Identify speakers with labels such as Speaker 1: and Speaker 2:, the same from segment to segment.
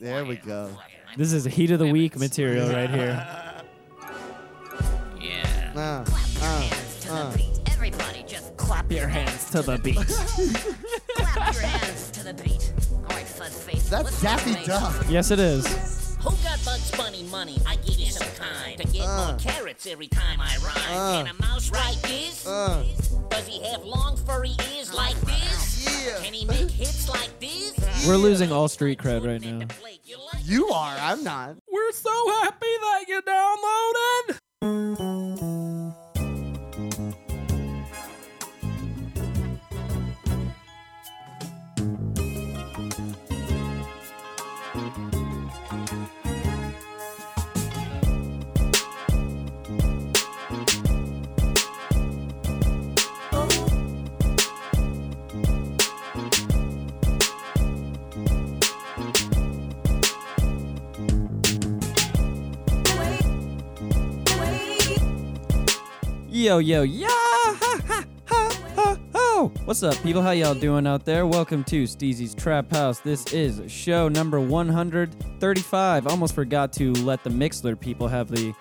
Speaker 1: There we go.
Speaker 2: This is heat of the week material right here.
Speaker 3: Yeah.
Speaker 1: Uh,
Speaker 4: Clap
Speaker 1: uh,
Speaker 4: your hands to
Speaker 1: uh.
Speaker 4: the beat. Everybody just clap your hands to the beat. clap your hands to the beat. All right, fuzz face.
Speaker 1: That's
Speaker 4: let's
Speaker 1: Daffy
Speaker 4: make some
Speaker 1: Duck.
Speaker 2: Yes, it is.
Speaker 5: Who got Bugs Bunny money? I give you some time to get
Speaker 1: Uh.
Speaker 5: more carrots every time I rhyme.
Speaker 1: Uh.
Speaker 5: Can a mouse write this?
Speaker 1: Uh,
Speaker 5: Does he have long furry ears like this? Can he
Speaker 1: yeah.
Speaker 5: make hits like this?
Speaker 2: We're losing all street cred right now.
Speaker 5: Blake, you like
Speaker 1: You are. I'm not.
Speaker 2: We're so happy that you downloaded. Yo, yo, yo! Ha, ha, ha, ha, ho. What's up, people? How y'all doing out there? Welcome to Steezy's Trap House. This is show number 135. Almost forgot to let the Mixler people have the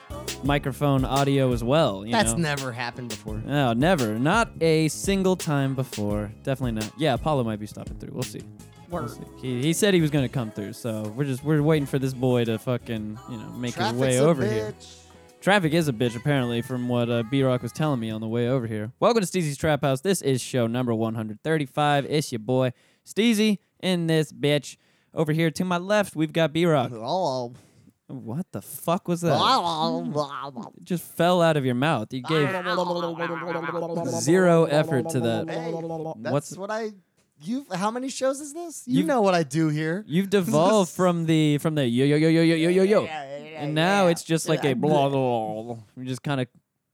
Speaker 2: microphone audio as well. You
Speaker 1: That's
Speaker 2: know?
Speaker 1: never happened before.
Speaker 2: No, never. Not a single time before. Definitely not. Yeah, Apollo might be stopping through. We'll see. We'll see. He, he said he was gonna come through, so we're just we're waiting for this boy to fucking you know make his way
Speaker 1: a
Speaker 2: over
Speaker 1: bitch.
Speaker 2: here. Traffic is a bitch, apparently, from what uh, B Rock was telling me on the way over here. Welcome to Steezy's Trap House. This is show number 135. It's your boy, Steezy, in this bitch. Over here to my left, we've got B Rock.
Speaker 1: Oh,
Speaker 2: What the fuck was that?
Speaker 1: blah, blah, blah, blah.
Speaker 2: It just fell out of your mouth. You gave zero effort to that.
Speaker 1: Hey, that's
Speaker 2: What's-
Speaker 1: what I. You. How many shows is this? You
Speaker 2: You've-
Speaker 1: know what I do here.
Speaker 2: You've devolved from the from the yo yo yo yo yo yo yo yo, and now it's just like a blah blah. blah. You just kind of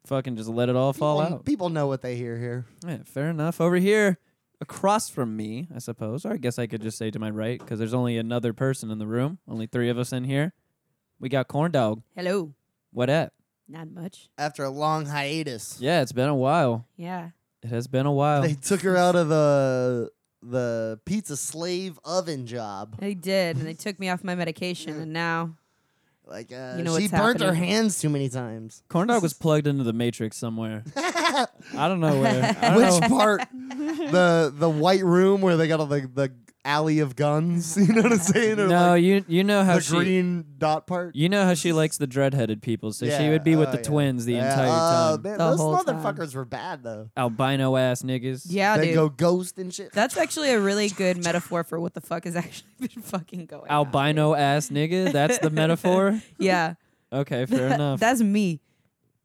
Speaker 2: fucking just let it all fall
Speaker 1: people,
Speaker 2: out.
Speaker 1: people know what they hear here.
Speaker 2: Yeah, fair enough. Over here, across from me, I suppose, or I guess I could just say to my right, because there's only another person in the room, only three of us in here. We got Corn Dog.
Speaker 6: Hello.
Speaker 2: What up?
Speaker 6: Not much.
Speaker 1: After a long hiatus,
Speaker 2: Yeah, it's been a while.
Speaker 6: Yeah.
Speaker 2: It has been a while.
Speaker 1: they took her out of the the pizza slave oven job.
Speaker 6: They did, and they took me off my medication, and now
Speaker 1: Like uh,
Speaker 6: You know
Speaker 1: she
Speaker 6: what's
Speaker 1: burnt her
Speaker 6: happening.
Speaker 1: hands too many times.
Speaker 2: Corn Dog was plugged into the Matrix somewhere. I don't know where. I don't
Speaker 1: Which
Speaker 2: know.
Speaker 1: part? the the white room where they got all the the alley of guns. You know what I'm saying? Or
Speaker 2: No,
Speaker 1: like
Speaker 2: you you know how
Speaker 1: the
Speaker 2: she
Speaker 1: green dot part.
Speaker 2: you know how she likes the dread-headed people, so she
Speaker 1: Yeah,
Speaker 2: would be with
Speaker 1: oh,
Speaker 2: the
Speaker 1: yeah.
Speaker 2: twins the
Speaker 1: Yeah.
Speaker 2: entire
Speaker 1: Oh,
Speaker 2: time.
Speaker 1: man,
Speaker 6: The
Speaker 1: those
Speaker 6: whole time.
Speaker 1: motherfuckers were bad though.
Speaker 2: Albino ass niggas.
Speaker 6: yeah,
Speaker 1: they
Speaker 6: dude.
Speaker 1: go ghost and shit.
Speaker 6: That's actually a really good metaphor for what the fuck has actually been fucking going. on, dude.
Speaker 2: Albino ass nigga. That's the metaphor.
Speaker 6: Yeah.
Speaker 2: Okay, fair enough.
Speaker 6: That's me.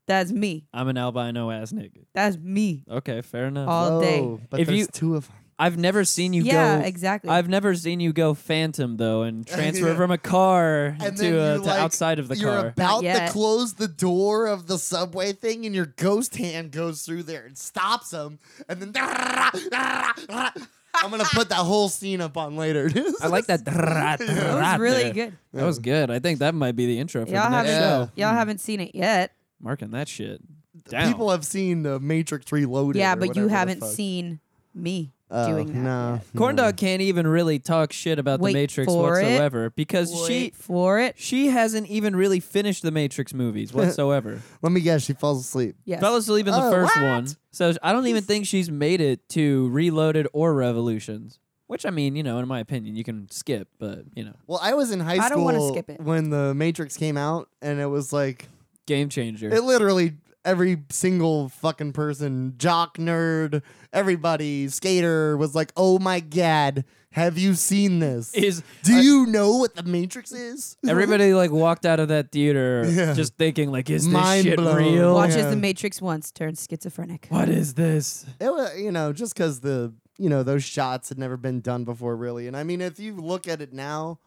Speaker 6: That's me.
Speaker 2: I'm an albino ass nigga.
Speaker 6: That's me.
Speaker 2: Okay, fair enough.
Speaker 6: All
Speaker 1: oh,
Speaker 6: day.
Speaker 1: But
Speaker 2: If
Speaker 1: there's
Speaker 2: you-
Speaker 1: two of them.
Speaker 2: I've never seen you
Speaker 6: yeah,
Speaker 2: go.
Speaker 6: exactly.
Speaker 2: I've never seen you go phantom though, and transfer
Speaker 1: Yeah.
Speaker 2: from a car
Speaker 1: And then
Speaker 2: to, uh,
Speaker 1: you,
Speaker 2: to
Speaker 1: like,
Speaker 2: outside of the
Speaker 1: You're
Speaker 2: car.
Speaker 1: about to
Speaker 6: yet.
Speaker 1: close the door of the subway thing, and your ghost hand goes through there and stops him, and then. I'm gonna put that whole scene up on later.
Speaker 2: I like that.
Speaker 6: that was really good.
Speaker 2: That was good. I think that might be the intro for
Speaker 6: Y'all
Speaker 2: the next
Speaker 1: have
Speaker 6: haven't
Speaker 1: it.
Speaker 2: show.
Speaker 1: Yeah.
Speaker 6: y'all haven't seen it yet.
Speaker 2: Marking that shit. Down.
Speaker 1: People have seen uh, Matrix Reloaded.
Speaker 6: yeah,
Speaker 1: or
Speaker 6: but
Speaker 1: whatever
Speaker 6: you
Speaker 1: the
Speaker 6: haven't
Speaker 1: fuck.
Speaker 6: seen me
Speaker 1: Oh,
Speaker 6: doing that.
Speaker 1: No,
Speaker 6: yet.
Speaker 2: Corn dog
Speaker 1: Hmm.
Speaker 2: can't even really talk shit about
Speaker 6: Wait
Speaker 2: the Matrix
Speaker 6: for it.
Speaker 2: whatsoever because she
Speaker 6: Wait for it.
Speaker 2: she hasn't even really finished the Matrix movies whatsoever.
Speaker 1: Let me guess. She falls asleep.
Speaker 6: Yes.
Speaker 2: Fell asleep in the
Speaker 1: Oh,
Speaker 2: first
Speaker 1: what?
Speaker 2: one. So I don't even think she's made it to Reloaded or Revolutions. Which I mean, you know, in my opinion, you can skip, but you know,
Speaker 1: Well, I was in high
Speaker 6: I don't
Speaker 1: school
Speaker 6: wanna skip it.
Speaker 1: when the Matrix came out, and it was like
Speaker 2: game changer.
Speaker 1: it literally every single fucking person, jock, nerd, everybody, skater was like, "Oh my god, have you seen this?
Speaker 2: Is
Speaker 1: Do you know what the Matrix is?"
Speaker 2: everybody like walked out of that theater
Speaker 1: Yeah.
Speaker 2: just thinking like, is this
Speaker 1: Mind
Speaker 2: shit
Speaker 1: blown.
Speaker 2: real?
Speaker 1: Watch-
Speaker 6: Watches
Speaker 1: Oh, yeah.
Speaker 6: the Matrix once, turns schizophrenic.
Speaker 2: What is this?
Speaker 1: It was, you know, just because the you know those shots had never been done before, really. And I mean, if you look at it now,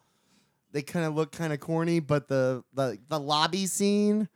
Speaker 1: they kind of look kind of corny. But the the the lobby scene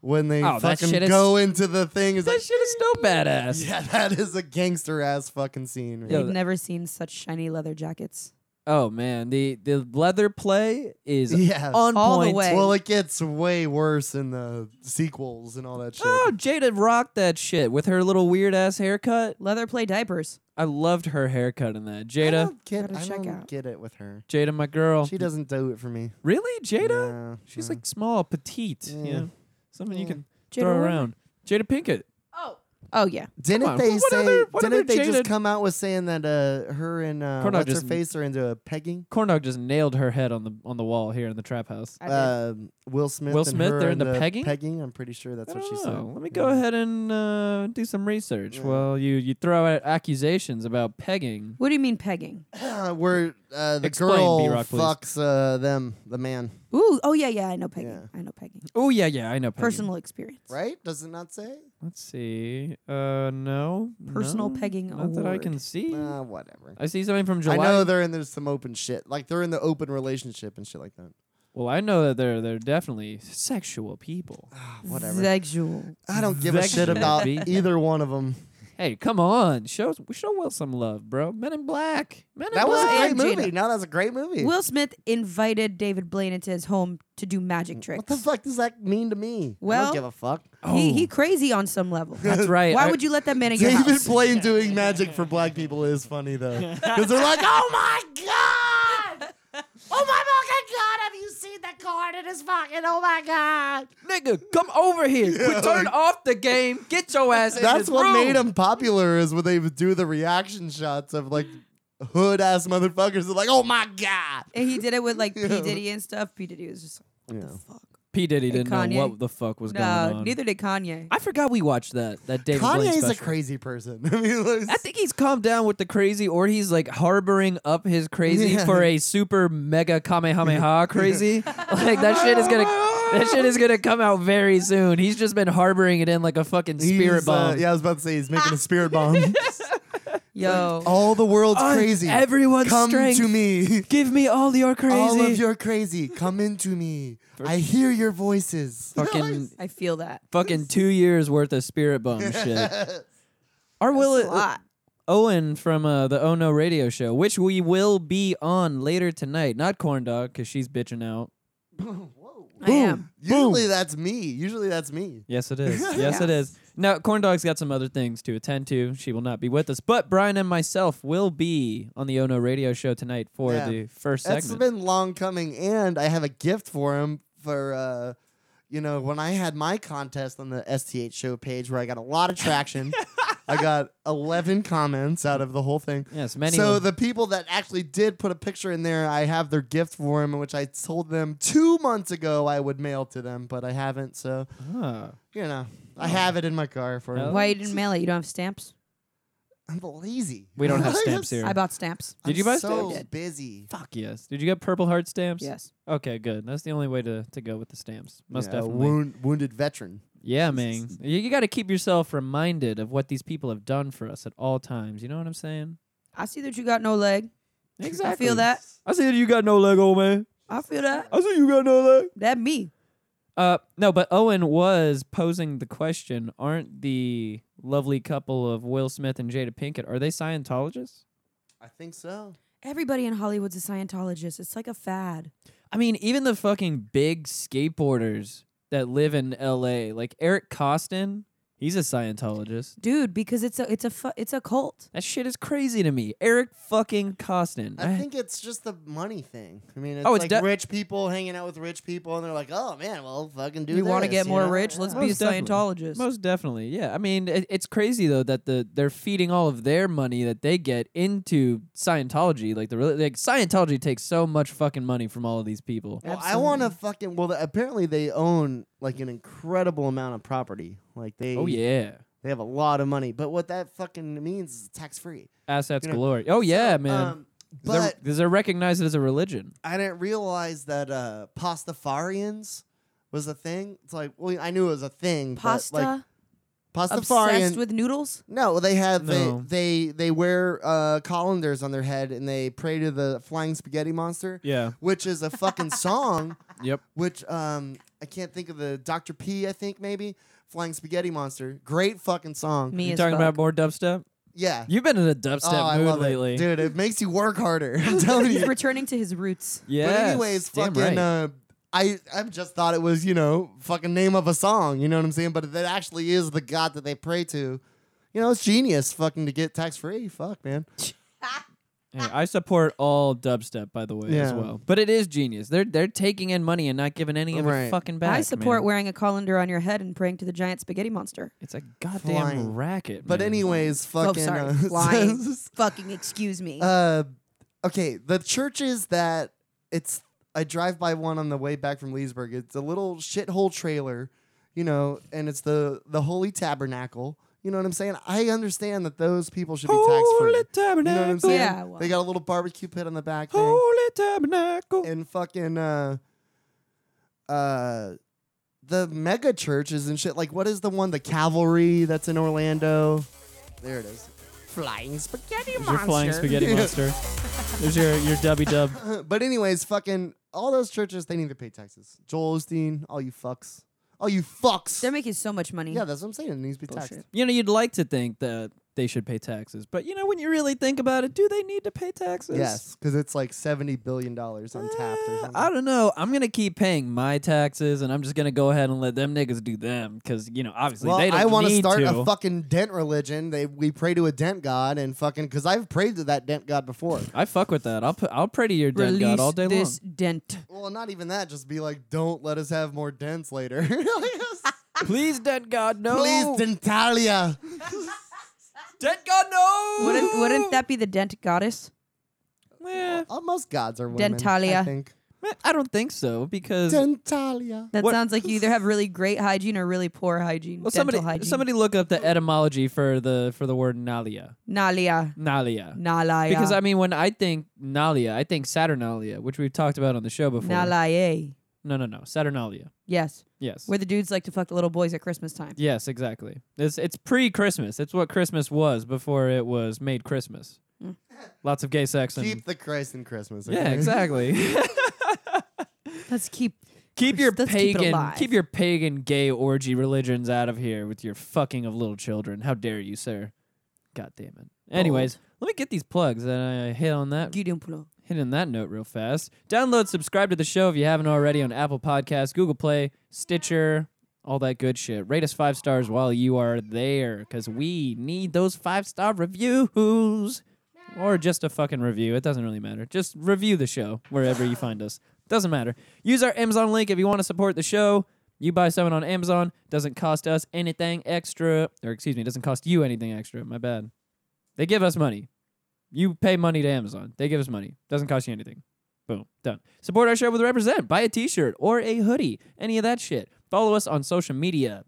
Speaker 1: when they
Speaker 2: Oh, that shit
Speaker 1: fucking
Speaker 2: is-
Speaker 1: go into the thing is
Speaker 2: That
Speaker 1: like,
Speaker 2: shit is so badass.
Speaker 1: yeah, that is a gangster ass fucking scene.
Speaker 2: Yo,
Speaker 6: They've
Speaker 1: Right?
Speaker 2: that-
Speaker 6: never seen such shiny leather jackets.
Speaker 2: Oh man, the the leather play is
Speaker 1: Yeah.
Speaker 2: on
Speaker 6: All the
Speaker 2: point.
Speaker 6: way.
Speaker 1: Well, it gets way worse in the sequels and all that shit.
Speaker 2: Oh, Jada rocked that shit with her little weird ass haircut.
Speaker 6: Leather play diapers.
Speaker 2: I loved her haircut in that.
Speaker 1: I
Speaker 2: Jada,
Speaker 1: don't get,
Speaker 6: Gotta
Speaker 1: I
Speaker 6: check
Speaker 1: don't
Speaker 6: out.
Speaker 1: get it with her.
Speaker 2: Jada, my girl.
Speaker 1: She doesn't do it for me.
Speaker 2: Really, Jada?
Speaker 1: No,
Speaker 2: She's
Speaker 1: no.
Speaker 2: like small, petite.
Speaker 1: Yeah.
Speaker 2: You know, something you
Speaker 1: Yeah.
Speaker 2: can
Speaker 6: Jada
Speaker 2: throw
Speaker 6: Wilder?
Speaker 2: around. Jada Pinkett.
Speaker 6: Oh. Oh yeah.
Speaker 1: Didn't
Speaker 2: on,
Speaker 1: they
Speaker 2: what
Speaker 1: say?
Speaker 2: other- what other
Speaker 1: didn't they
Speaker 2: jaded-
Speaker 1: just come out with saying that uh, her and uh,
Speaker 2: Cornell
Speaker 1: what's
Speaker 2: just-
Speaker 1: her face are into a pegging?
Speaker 2: Corndog just nailed her head on the on the wall here in the trap house.
Speaker 6: I did.
Speaker 1: Um Will Smith.
Speaker 2: Will
Speaker 1: and
Speaker 2: Smith,
Speaker 1: her
Speaker 2: they're
Speaker 1: are
Speaker 2: into pegging?
Speaker 1: Pegging. I'm pretty sure that's
Speaker 2: I
Speaker 1: what
Speaker 2: don't
Speaker 1: she
Speaker 2: know.
Speaker 1: said.
Speaker 2: Let me go
Speaker 1: Yeah.
Speaker 2: ahead and uh, do some research.
Speaker 1: Yeah.
Speaker 2: Well, you you throw out accusations about pegging.
Speaker 6: what do you mean pegging?
Speaker 1: Where uh, the
Speaker 2: Explain,
Speaker 1: girl
Speaker 2: B-Rock, please.
Speaker 1: fucks uh, them, the man,
Speaker 6: Ooh. Oh yeah. Yeah. I know pegging.
Speaker 1: Yeah.
Speaker 6: I know pegging.
Speaker 2: Oh yeah, yeah, I know. Pegging.
Speaker 6: Personal experience.
Speaker 1: right? Does it not say?
Speaker 2: Let's see. Uh, no.
Speaker 6: Personal
Speaker 2: no,
Speaker 6: pegging
Speaker 2: Not that I can
Speaker 6: award.
Speaker 2: see.
Speaker 1: Uh, whatever.
Speaker 2: I see something from July.
Speaker 1: I know they're in there's some open shit. Like they're in the open relationship and shit like that.
Speaker 2: well, I know that they're they're definitely sexual people.
Speaker 1: Ah, whatever.
Speaker 6: Sexual.
Speaker 1: I don't give a
Speaker 2: Vex
Speaker 1: shit
Speaker 2: should
Speaker 1: about
Speaker 2: be.
Speaker 1: either one of them.
Speaker 2: Hey, come on, show show Will some love, bro. Men in Black. Men in
Speaker 1: That was
Speaker 2: Black.
Speaker 1: a great
Speaker 6: and Jada.
Speaker 1: movie. No, that's a great movie.
Speaker 6: Will Smith invited David Blaine into his home to do magic tricks.
Speaker 1: what the fuck does that mean to me? I
Speaker 6: Well-
Speaker 1: don't give a fuck.
Speaker 6: He,
Speaker 2: Oh.
Speaker 6: he crazy on some level.
Speaker 2: That's right.
Speaker 6: Why
Speaker 2: I-
Speaker 6: would you let that man in your
Speaker 1: David
Speaker 6: house?
Speaker 1: Blaine doing magic for black people is funny though, because they're like, "Oh my god, oh my fucking god, have you seen the card? It is fucking oh my god."
Speaker 2: nigga, come over here. Quit turn off the game. Get your ass in
Speaker 1: That's
Speaker 2: this
Speaker 1: what
Speaker 2: room.
Speaker 1: made him popular is when they would do the reaction shots of like hood ass motherfuckers. They're like, "Oh my god."
Speaker 6: And he did it with like P
Speaker 1: Yeah.
Speaker 6: Diddy and stuff. P Diddy was just like, what
Speaker 1: Yeah.
Speaker 6: the fuck?
Speaker 2: P Diddy
Speaker 6: And
Speaker 2: didn't know
Speaker 6: Kanye.
Speaker 2: what the fuck was going
Speaker 6: No,
Speaker 2: on.
Speaker 6: neither did Kanye.
Speaker 2: I forgot we watched that that David Blaine
Speaker 1: Kanye's
Speaker 2: special.
Speaker 1: a crazy person. I mean, like,
Speaker 2: I think he's calmed down with the crazy, or he's like harboring up his crazy
Speaker 1: Yeah.
Speaker 2: for a super mega kamehameha crazy. like that shit is gonna that shit is gonna come out very soon. He's just been harboring it in like a fucking spirit
Speaker 1: he's,
Speaker 2: bomb.
Speaker 1: Uh, yeah, I was about to say he's making a spirit bomb.
Speaker 6: Yo.
Speaker 1: All the world's
Speaker 2: I'm
Speaker 1: crazy.
Speaker 2: everyone's
Speaker 1: come
Speaker 2: strength.
Speaker 1: to me.
Speaker 2: Give me all your crazy.
Speaker 1: All of your crazy, come into me. I hear your voices.
Speaker 2: fucking
Speaker 1: Oh.
Speaker 6: I feel that.
Speaker 2: fucking two years worth of spirit bomb shit. Our will
Speaker 6: It's a
Speaker 1: Oh.
Speaker 6: lot.
Speaker 2: Owen from uh, the Oh No Radio Show, which we will be on later tonight. Not Corn Dog, because she's bitching out.
Speaker 6: I am.
Speaker 1: Usually that's me. Usually that's me.
Speaker 2: Yes, it is. Yes, it is. Now, Corn Dog's got some other things to attend to. She will not be with us, but Brian and myself will be on the Oh No Radio Show tonight for
Speaker 1: Yeah.
Speaker 2: the first
Speaker 1: That's
Speaker 2: segment.
Speaker 1: been long coming, and I have a gift for him for uh, you know, when I had my contest on the STH show page where I got a lot of traction. I got eleven comments out of the whole thing.
Speaker 2: Yes, many
Speaker 1: So
Speaker 2: will-
Speaker 1: the people that actually did put a picture in there, I have their gift for him, which I told them two months ago I would mail to them, but I haven't. So
Speaker 2: Ah.
Speaker 1: you know, I have it in my car for him.
Speaker 2: Hell
Speaker 6: Why you didn't mail it? You don't have stamps?
Speaker 1: I'm lazy.
Speaker 2: We don't have
Speaker 1: I
Speaker 2: stamps
Speaker 1: just-
Speaker 2: here.
Speaker 6: I bought stamps.
Speaker 2: Did
Speaker 1: I'm
Speaker 2: you buy
Speaker 1: so
Speaker 2: stamps?
Speaker 1: busy.
Speaker 2: Fuck yes. Did you get Purple Heart stamps?
Speaker 6: Yes.
Speaker 2: Okay, good. That's the only way to, to go with the stamps. Most
Speaker 1: Yeah,
Speaker 2: definitely.
Speaker 1: wound, wounded veteran.
Speaker 2: Yeah, man. You, you got to keep yourself reminded of what these people have done for us at all times. You know what I'm saying?
Speaker 6: I see that you got no leg. I feel that.
Speaker 2: I see that you got no leg, old man.
Speaker 6: I feel that.
Speaker 2: I see you got no leg.
Speaker 6: That me.
Speaker 2: Uh, no, but Owen was posing the question: Aren't the lovely couple of Will Smith and Jada Pinkett are they Scientologists?
Speaker 1: I think so.
Speaker 6: Everybody in Hollywood's a Scientologist. It's like a fad.
Speaker 2: I mean, even the fucking big skateboarders that live in L.A., like Eric Costin, he's a Scientologist.
Speaker 6: Dude, because it's a it's a fu- it's a cult.
Speaker 2: That shit is crazy to me. Eric fucking Costin.
Speaker 1: I think it's just the money thing. I mean, it's,
Speaker 2: Eh. Oh, it's
Speaker 1: like
Speaker 2: de-
Speaker 1: rich people hanging out with rich people, and they're like, "Oh man, well, fucking do
Speaker 6: you
Speaker 1: want to
Speaker 6: get more rich? Let's be a
Speaker 2: Most definitely.
Speaker 6: Scientologist.
Speaker 2: Most definitely, yeah. I mean, it, it's crazy though that the they're feeding all of their money that they get into Scientology. Like the reli- like Scientology takes so much fucking money from all of these people.
Speaker 1: Well, I want to fucking. Well, apparently they own like an incredible amount of property. Like they,
Speaker 2: Oh yeah,
Speaker 1: they have a lot of money. But what that fucking means is tax free.
Speaker 2: assets
Speaker 1: You know,
Speaker 2: galore. Oh yeah, man.
Speaker 1: Um,
Speaker 2: 'Cause they're-
Speaker 1: but
Speaker 2: 'cause they're, recognized as a religion.
Speaker 1: I didn't realize that uh, pastafarians was a thing. It's like, well, I knew it was a thing.
Speaker 6: Pasta
Speaker 1: but, like, pastafarian.
Speaker 6: obsessed with noodles.
Speaker 1: No, well, they have
Speaker 2: No.
Speaker 1: they they they wear uh, colanders on their head and they pray to the flying spaghetti monster,
Speaker 2: Yeah.
Speaker 1: which is a fucking song.
Speaker 2: Yep.
Speaker 1: Which um I can't think of the Dr. P I think maybe flying spaghetti monster. Great fucking song.
Speaker 6: Me
Speaker 2: You
Speaker 6: as
Speaker 2: talking
Speaker 6: fuck.
Speaker 2: about more dubstep?
Speaker 1: Yeah.
Speaker 2: You've been in a dubstep
Speaker 1: oh, I
Speaker 2: mood
Speaker 1: love
Speaker 2: lately.
Speaker 1: it, dude. It makes you work harder. I'm telling
Speaker 6: He's
Speaker 1: you.
Speaker 6: returning to his roots.
Speaker 2: Yes,
Speaker 1: But anyways,
Speaker 2: damn
Speaker 1: fucking.
Speaker 2: right.
Speaker 1: Uh, I I just thought it was you know fucking name of a song. You know what I'm saying? But that actually is the god that they pray to. You know, it's genius fucking to get tax free. Fuck, man.
Speaker 2: Hey, I support all dubstep, by the way, as
Speaker 1: Yeah.
Speaker 2: well. But it is genius. They're they're taking in money and not giving any of it
Speaker 1: Right.
Speaker 2: fucking back.
Speaker 6: I support
Speaker 2: man.
Speaker 6: wearing a colander on your head and praying to the giant spaghetti monster.
Speaker 2: It's a goddamn
Speaker 1: Flying.
Speaker 2: racket.
Speaker 1: But
Speaker 2: man.
Speaker 1: anyways, fucking.
Speaker 6: oh, sorry,
Speaker 1: uh,
Speaker 6: lying. Fucking excuse me.
Speaker 1: Uh, okay, the churches that it's I drive by one on the way back from Leesburg. It's a little shithole trailer, you know, and it's the the Holy Tabernacle. You know what I'm saying? I understand that those people should be tax free. You know
Speaker 2: holy
Speaker 1: what I'm
Speaker 2: tabernacle,
Speaker 1: saying?
Speaker 6: Yeah, well.
Speaker 1: They got a little barbecue pit on the back thing,
Speaker 2: holy tabernacle.
Speaker 1: and fucking uh, uh, the mega churches and shit. Like, what is the one? The Cavalry that's in Orlando. There it is. Flying spaghetti
Speaker 2: There's your flying spaghetti monster. There's your your dubby dub.
Speaker 1: but anyways, fucking all those churches, they need to pay taxes. Joel Osteen, all you fucks, all you fucks.
Speaker 6: They're making so much money.
Speaker 1: yeah, that's what I'm saying. It needs to be taxed.
Speaker 6: Bullshit.
Speaker 2: You know, you'd like to think that they should pay taxes, but you know, when you really think about it, do they need to pay taxes?
Speaker 1: Yes, because it's like seventy billion dollars untapped or
Speaker 2: Uh,
Speaker 1: something.
Speaker 2: I don't know. I'm gonna keep paying my taxes, and I'm just gonna go ahead and let them niggas do them, because you know, obviously
Speaker 1: well,
Speaker 2: they don't
Speaker 1: I
Speaker 2: want to
Speaker 1: start a fucking dent religion. They we pray to a dent god and fucking because I've prayed to that dent god before.
Speaker 2: I fuck with that. I'll put, I'll pray to your dead god
Speaker 6: Release
Speaker 2: all day
Speaker 6: this dent.
Speaker 1: Well, not even that. Just be like, don't let us have more dents later.
Speaker 2: long. Please, dead god, no.
Speaker 1: Please, dentalia.
Speaker 2: dead god, no.
Speaker 6: Wouldn't, wouldn't that be the dent goddess?
Speaker 2: Eh,
Speaker 1: Uh, most gods are women. I
Speaker 6: Dentalia.
Speaker 1: think.
Speaker 2: I don't think so because
Speaker 1: Dentalia.
Speaker 6: That
Speaker 2: What-
Speaker 6: sounds like you either have really great hygiene or really poor hygiene.
Speaker 2: well,
Speaker 6: Dental
Speaker 2: somebody
Speaker 6: hygiene.
Speaker 2: somebody look up the etymology for the for the word nalia,
Speaker 6: Nalia.
Speaker 2: nalia.
Speaker 6: Nalia.
Speaker 2: Because I mean, when I think Nalia, I think Saturnalia, which we've talked about on the show before.
Speaker 6: Nalia.
Speaker 2: No, no, no, Saturnalia.
Speaker 6: Yes.
Speaker 2: Yes.
Speaker 6: Where the dudes like to fuck the little boys at Christmas time.
Speaker 2: yes, exactly. It's it's pre-Christmas. It's what Christmas was before it was made Christmas.
Speaker 6: Hmm.
Speaker 2: Lots of gay sex and
Speaker 1: Keep the Christ in Christmas.
Speaker 2: yeah,
Speaker 1: okay?
Speaker 2: exactly.
Speaker 6: Let's keep
Speaker 2: keep your
Speaker 6: Let's keep it
Speaker 2: pagan,
Speaker 6: alive.
Speaker 2: your pagan gay orgy religions out of here with your fucking of little children. How dare you, sir? God damn it. Anyways, let me get these plugs and I hit on that
Speaker 6: Guidumplo.
Speaker 2: hitting that note real fast. Download, subscribe to the show if you haven't already on Apple Podcasts, Google Play, Stitcher, all that good shit. Rate us five stars while you are there because we need those five star reviews. Or just a fucking review. It doesn't really matter. Just review the show wherever you find us. Doesn't matter. Use our Amazon link if you want to support the show. You buy something on Amazon. Doesn't cost us anything extra. Or excuse me, doesn't cost you anything extra. My bad. They give us money. You pay money to Amazon. They give us money. Doesn't cost you anything. Boom. Done. Support our show with Represent. Buy a t shirt or a hoodie. Any of that shit. Follow us on social media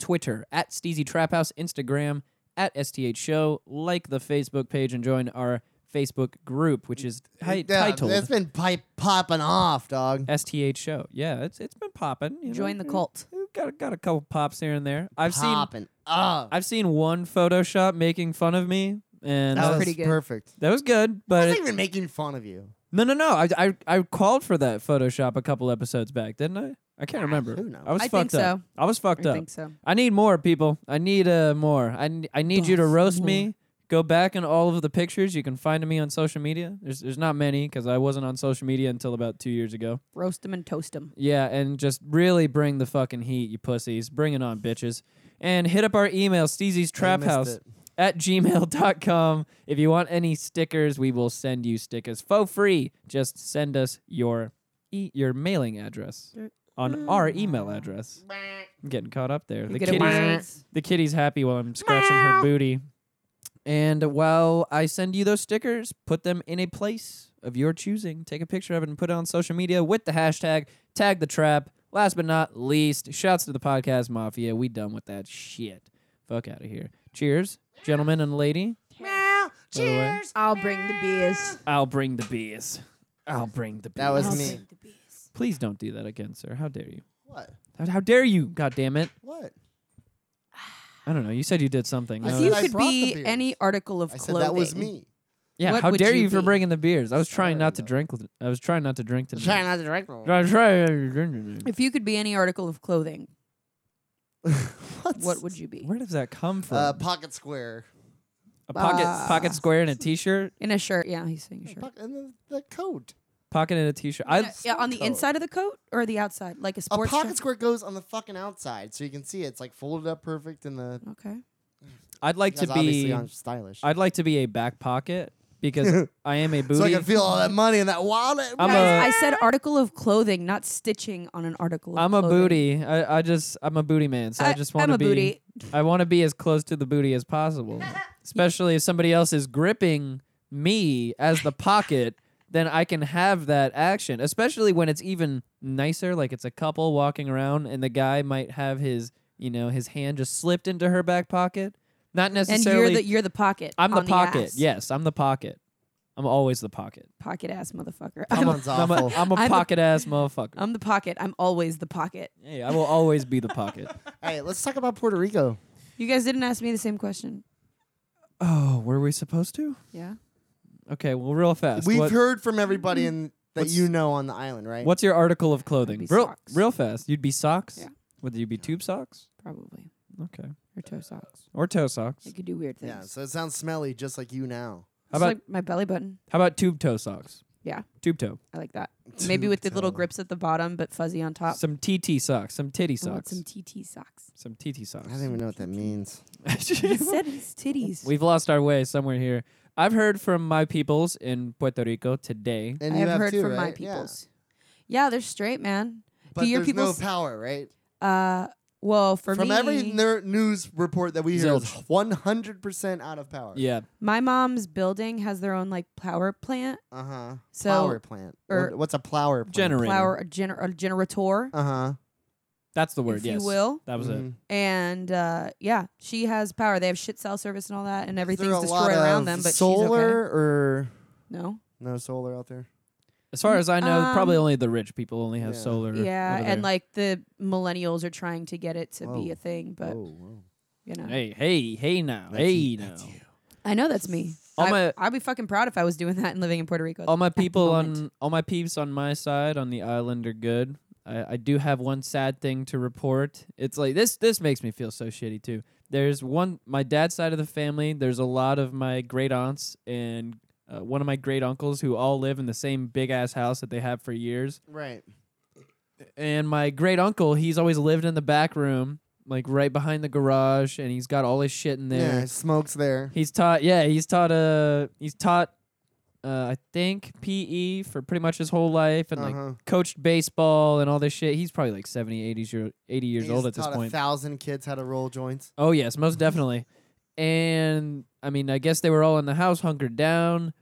Speaker 2: Twitter at Steezy Trap House, Instagram at STH Show. Like the Facebook page and join our Facebook group, which is hi-
Speaker 1: Yeah,
Speaker 2: titled
Speaker 1: It's been pipe popping off, dog.
Speaker 2: STH Show. Yeah, it's it's been popping. you know.
Speaker 6: Join the cult.
Speaker 2: Got, a- got a couple pops here and there. I've seen
Speaker 1: popping off.
Speaker 2: I've seen one Photoshop making fun of me, and
Speaker 1: that was
Speaker 6: pretty good.
Speaker 1: perfect.
Speaker 2: that was good. But
Speaker 1: I
Speaker 2: it-
Speaker 1: wasn't even making fun of you.
Speaker 2: No, no, no. I, I, I called for that Photoshop a couple episodes back, didn't I? I can't remember.
Speaker 1: who knows?
Speaker 2: I was
Speaker 6: Ah, I
Speaker 2: fucked
Speaker 6: think
Speaker 2: up.
Speaker 6: so.
Speaker 2: I was fucked
Speaker 6: I
Speaker 2: up.
Speaker 6: think so.
Speaker 2: I need more people. I need uh more. I, n- I need you to
Speaker 6: Boss,
Speaker 2: roast
Speaker 6: more.
Speaker 2: me. Go back in all of the pictures you can find of me on social media. There's there's not many because I wasn't on social media until about two years ago.
Speaker 6: Roast them and toast them.
Speaker 2: Yeah, and just really bring the fucking heat, you pussies. Bring it on, bitches. And hit up our email, Steezy's Trap
Speaker 1: missed
Speaker 2: House
Speaker 1: it.
Speaker 2: at gmail.com. If you want any stickers, we will send you stickers for free. Just send us your e- your mailing address on our email address. I'm getting caught up there. The
Speaker 6: Get a
Speaker 2: kitty's,
Speaker 6: whiz.
Speaker 2: the kitty's happy while I'm scratching her booty. And while I send you those stickers, put them in a place of your choosing. Take a picture of it and put it on social media with the hashtag, tag the trap. Last but not least, shouts to the podcast mafia. We done with that shit. Fuck out of here. Cheers, gentlemen and lady. Cheers.
Speaker 6: I'll bring the beers.
Speaker 2: I'll bring the beers. I'll bring the beers.
Speaker 1: That was me.
Speaker 2: Please don't do that again, sir. How dare you?
Speaker 1: What?
Speaker 2: How, how dare you? God damn it.
Speaker 1: What?
Speaker 2: I don't know. You said you did something.
Speaker 1: I
Speaker 2: No,
Speaker 1: said
Speaker 6: You
Speaker 1: I
Speaker 6: could
Speaker 1: brought the
Speaker 6: be
Speaker 1: beers.
Speaker 6: any article of
Speaker 1: I said
Speaker 6: clothing.
Speaker 1: that was me.
Speaker 2: Yeah,
Speaker 6: What
Speaker 2: how
Speaker 6: would
Speaker 2: dare you,
Speaker 6: you
Speaker 2: for
Speaker 6: be?
Speaker 2: bringing the beers? I was trying not to
Speaker 1: Sorry,
Speaker 2: drink. with- I was trying not to drink tonight.
Speaker 1: Trying not to drink.
Speaker 2: I was trying not to drink tonight.
Speaker 6: If you could be any article of clothing,
Speaker 1: what?
Speaker 6: what would you be? Uh,
Speaker 2: Where does that come from?
Speaker 1: Uh, pocket square.
Speaker 2: A pocket
Speaker 6: Ah.
Speaker 2: pocket square and a t-shirt.
Speaker 6: in a shirt. Yeah, he's saying shirt.
Speaker 1: Fuck, And the, the coat.
Speaker 2: Pocket and a t-shirt. I
Speaker 6: yeah, yeah, on the
Speaker 1: coat.
Speaker 6: inside of the coat or the outside, like a
Speaker 1: A
Speaker 6: sports
Speaker 1: pocket
Speaker 6: shirt?
Speaker 1: square goes on the fucking outside, so you can see it. it's like folded up perfect in the.
Speaker 6: Okay.
Speaker 2: I'd like to
Speaker 1: That's obviously
Speaker 2: be
Speaker 1: on stylish.
Speaker 2: I'd like to be a back pocket because I am a booty.
Speaker 1: so I can feel all that money in that wallet.
Speaker 2: I'm
Speaker 1: bro.
Speaker 2: a-
Speaker 6: I said article of clothing, not stitching on an article. Of
Speaker 2: I'm a
Speaker 6: clothing.
Speaker 2: booty. I, I just I'm a booty man, so I,
Speaker 6: I-
Speaker 2: just
Speaker 6: I'm
Speaker 2: want to
Speaker 6: a
Speaker 2: be
Speaker 6: booty.
Speaker 2: I want to be as close to the booty as possible. Especially if somebody else is gripping me as the pocket, then I can have that action. Especially when it's even nicer, like it's a couple walking around and the guy might have his, you know, his hand just slipped into her back pocket. Not
Speaker 6: And you're
Speaker 2: necessarily
Speaker 6: the you're the pocket.
Speaker 2: I'm the
Speaker 6: on
Speaker 2: pocket.
Speaker 6: ass.
Speaker 2: yes, I'm the pocket. I'm always the pocket.
Speaker 6: Pocket ass motherfucker.
Speaker 1: That
Speaker 6: I'm,
Speaker 1: one's
Speaker 2: I'm a,
Speaker 1: awful.
Speaker 2: I'm a
Speaker 6: I'm a-
Speaker 2: pocket ass motherfucker.
Speaker 6: I'm the pocket. I'm always the pocket.
Speaker 2: hey, I will always be the pocket.
Speaker 1: hey, let's talk about Puerto Rico.
Speaker 6: You guys didn't ask me the same question.
Speaker 2: Oh, were we supposed to?
Speaker 6: Yeah.
Speaker 2: Okay, well, real fast.
Speaker 1: We've
Speaker 2: what-
Speaker 1: heard from everybody in, that
Speaker 2: What's-
Speaker 1: you know on the island, right?
Speaker 2: What's your article of clothing?
Speaker 6: be
Speaker 2: Real,
Speaker 6: socks.
Speaker 2: real fast. You'd be socks.
Speaker 6: Yeah.
Speaker 2: Would you be tube socks?
Speaker 6: Probably.
Speaker 2: Okay.
Speaker 6: Or toe socks.
Speaker 2: Or toe socks.
Speaker 6: I could do weird things.
Speaker 1: Yeah, so it sounds smelly, just like you now.
Speaker 2: How
Speaker 6: Just
Speaker 2: about
Speaker 6: like my belly button?
Speaker 2: how about tube toe socks?
Speaker 6: Yeah.
Speaker 2: Tube toe.
Speaker 6: I like that. Maybe with the little
Speaker 1: Tube-toe.
Speaker 6: grips at the bottom, but fuzzy on top.
Speaker 2: Some TT socks. Some titty
Speaker 6: Uh, I want
Speaker 2: socks.
Speaker 6: some TT socks.
Speaker 2: Some TT socks.
Speaker 1: I don't even know what that means.
Speaker 6: He said his titties.
Speaker 2: We've lost our way somewhere here. I've heard from my peoples in Puerto Rico today.
Speaker 1: And
Speaker 6: I
Speaker 1: you
Speaker 6: have, heard
Speaker 1: too,
Speaker 6: from my
Speaker 1: right? Yeah.
Speaker 6: peoples. Yeah. they're straight, man.
Speaker 1: But
Speaker 6: Do your
Speaker 1: there's
Speaker 6: peoples?
Speaker 1: no power, right?
Speaker 6: uh, well, for
Speaker 1: From
Speaker 6: me,
Speaker 1: every ner- news report that we hear, it's
Speaker 2: Zilch.
Speaker 1: 100% out of power.
Speaker 2: Yeah.
Speaker 6: my mom's building has their own like power plant
Speaker 1: Uh huh.
Speaker 6: So- er,
Speaker 1: Flower plant.
Speaker 6: or-
Speaker 1: What- What's a flower plant?
Speaker 2: Generator.
Speaker 6: power a, gener- a generator,
Speaker 1: Uh huh.
Speaker 2: That's the word.
Speaker 6: if
Speaker 2: yes.
Speaker 6: you will.
Speaker 2: That was it.
Speaker 6: And uh, yeah, she has power. They have shit cell service and all that, and everything's
Speaker 1: a lot
Speaker 6: destroyed around
Speaker 1: of
Speaker 6: them. But
Speaker 1: solar
Speaker 6: she's okay.
Speaker 1: or
Speaker 6: No,
Speaker 1: no solar out there?
Speaker 2: As far as I know, probably
Speaker 6: Um,
Speaker 2: only the rich people only have
Speaker 1: yeah.
Speaker 2: solar.
Speaker 6: yeah,
Speaker 2: over
Speaker 6: and
Speaker 2: there.
Speaker 6: like the millennials are trying to get it to be
Speaker 1: Whoa.
Speaker 6: a thing, but
Speaker 1: Whoa, Oh, whoa.
Speaker 6: you know,
Speaker 2: hey, hey, hey now, hey now.
Speaker 6: I know that's me.
Speaker 2: All
Speaker 6: I,
Speaker 2: my-
Speaker 6: I'd be fucking proud if I was doing that and living in Puerto Rico.
Speaker 2: all my people on
Speaker 6: moment.
Speaker 2: all my peeps on my side on the island are good. I, I do have one sad thing to report. It's like this this makes me feel so shitty too. There's one my dad's side of the family. There's a lot of my great aunts and uh, one of my great uncles who all live in the same big ass house that they have for years.
Speaker 1: Right.
Speaker 2: and my great uncle, he's always lived in the back room, like right behind the garage, and he's got all his shit in there.
Speaker 1: Yeah, smokes there.
Speaker 2: He's taught, yeah, he's taught, uh, he's taught, uh, I think PE for pretty much his whole life, and
Speaker 1: Uh-huh.
Speaker 2: like coached baseball and all this shit. He's probably like 70, 80 year, eighty years
Speaker 1: He's
Speaker 2: old at this
Speaker 1: taught
Speaker 2: point.
Speaker 1: a thousand kids how to roll joints.
Speaker 2: Oh yes, most definitely. And I mean, I guess they were all in the house hunkered down.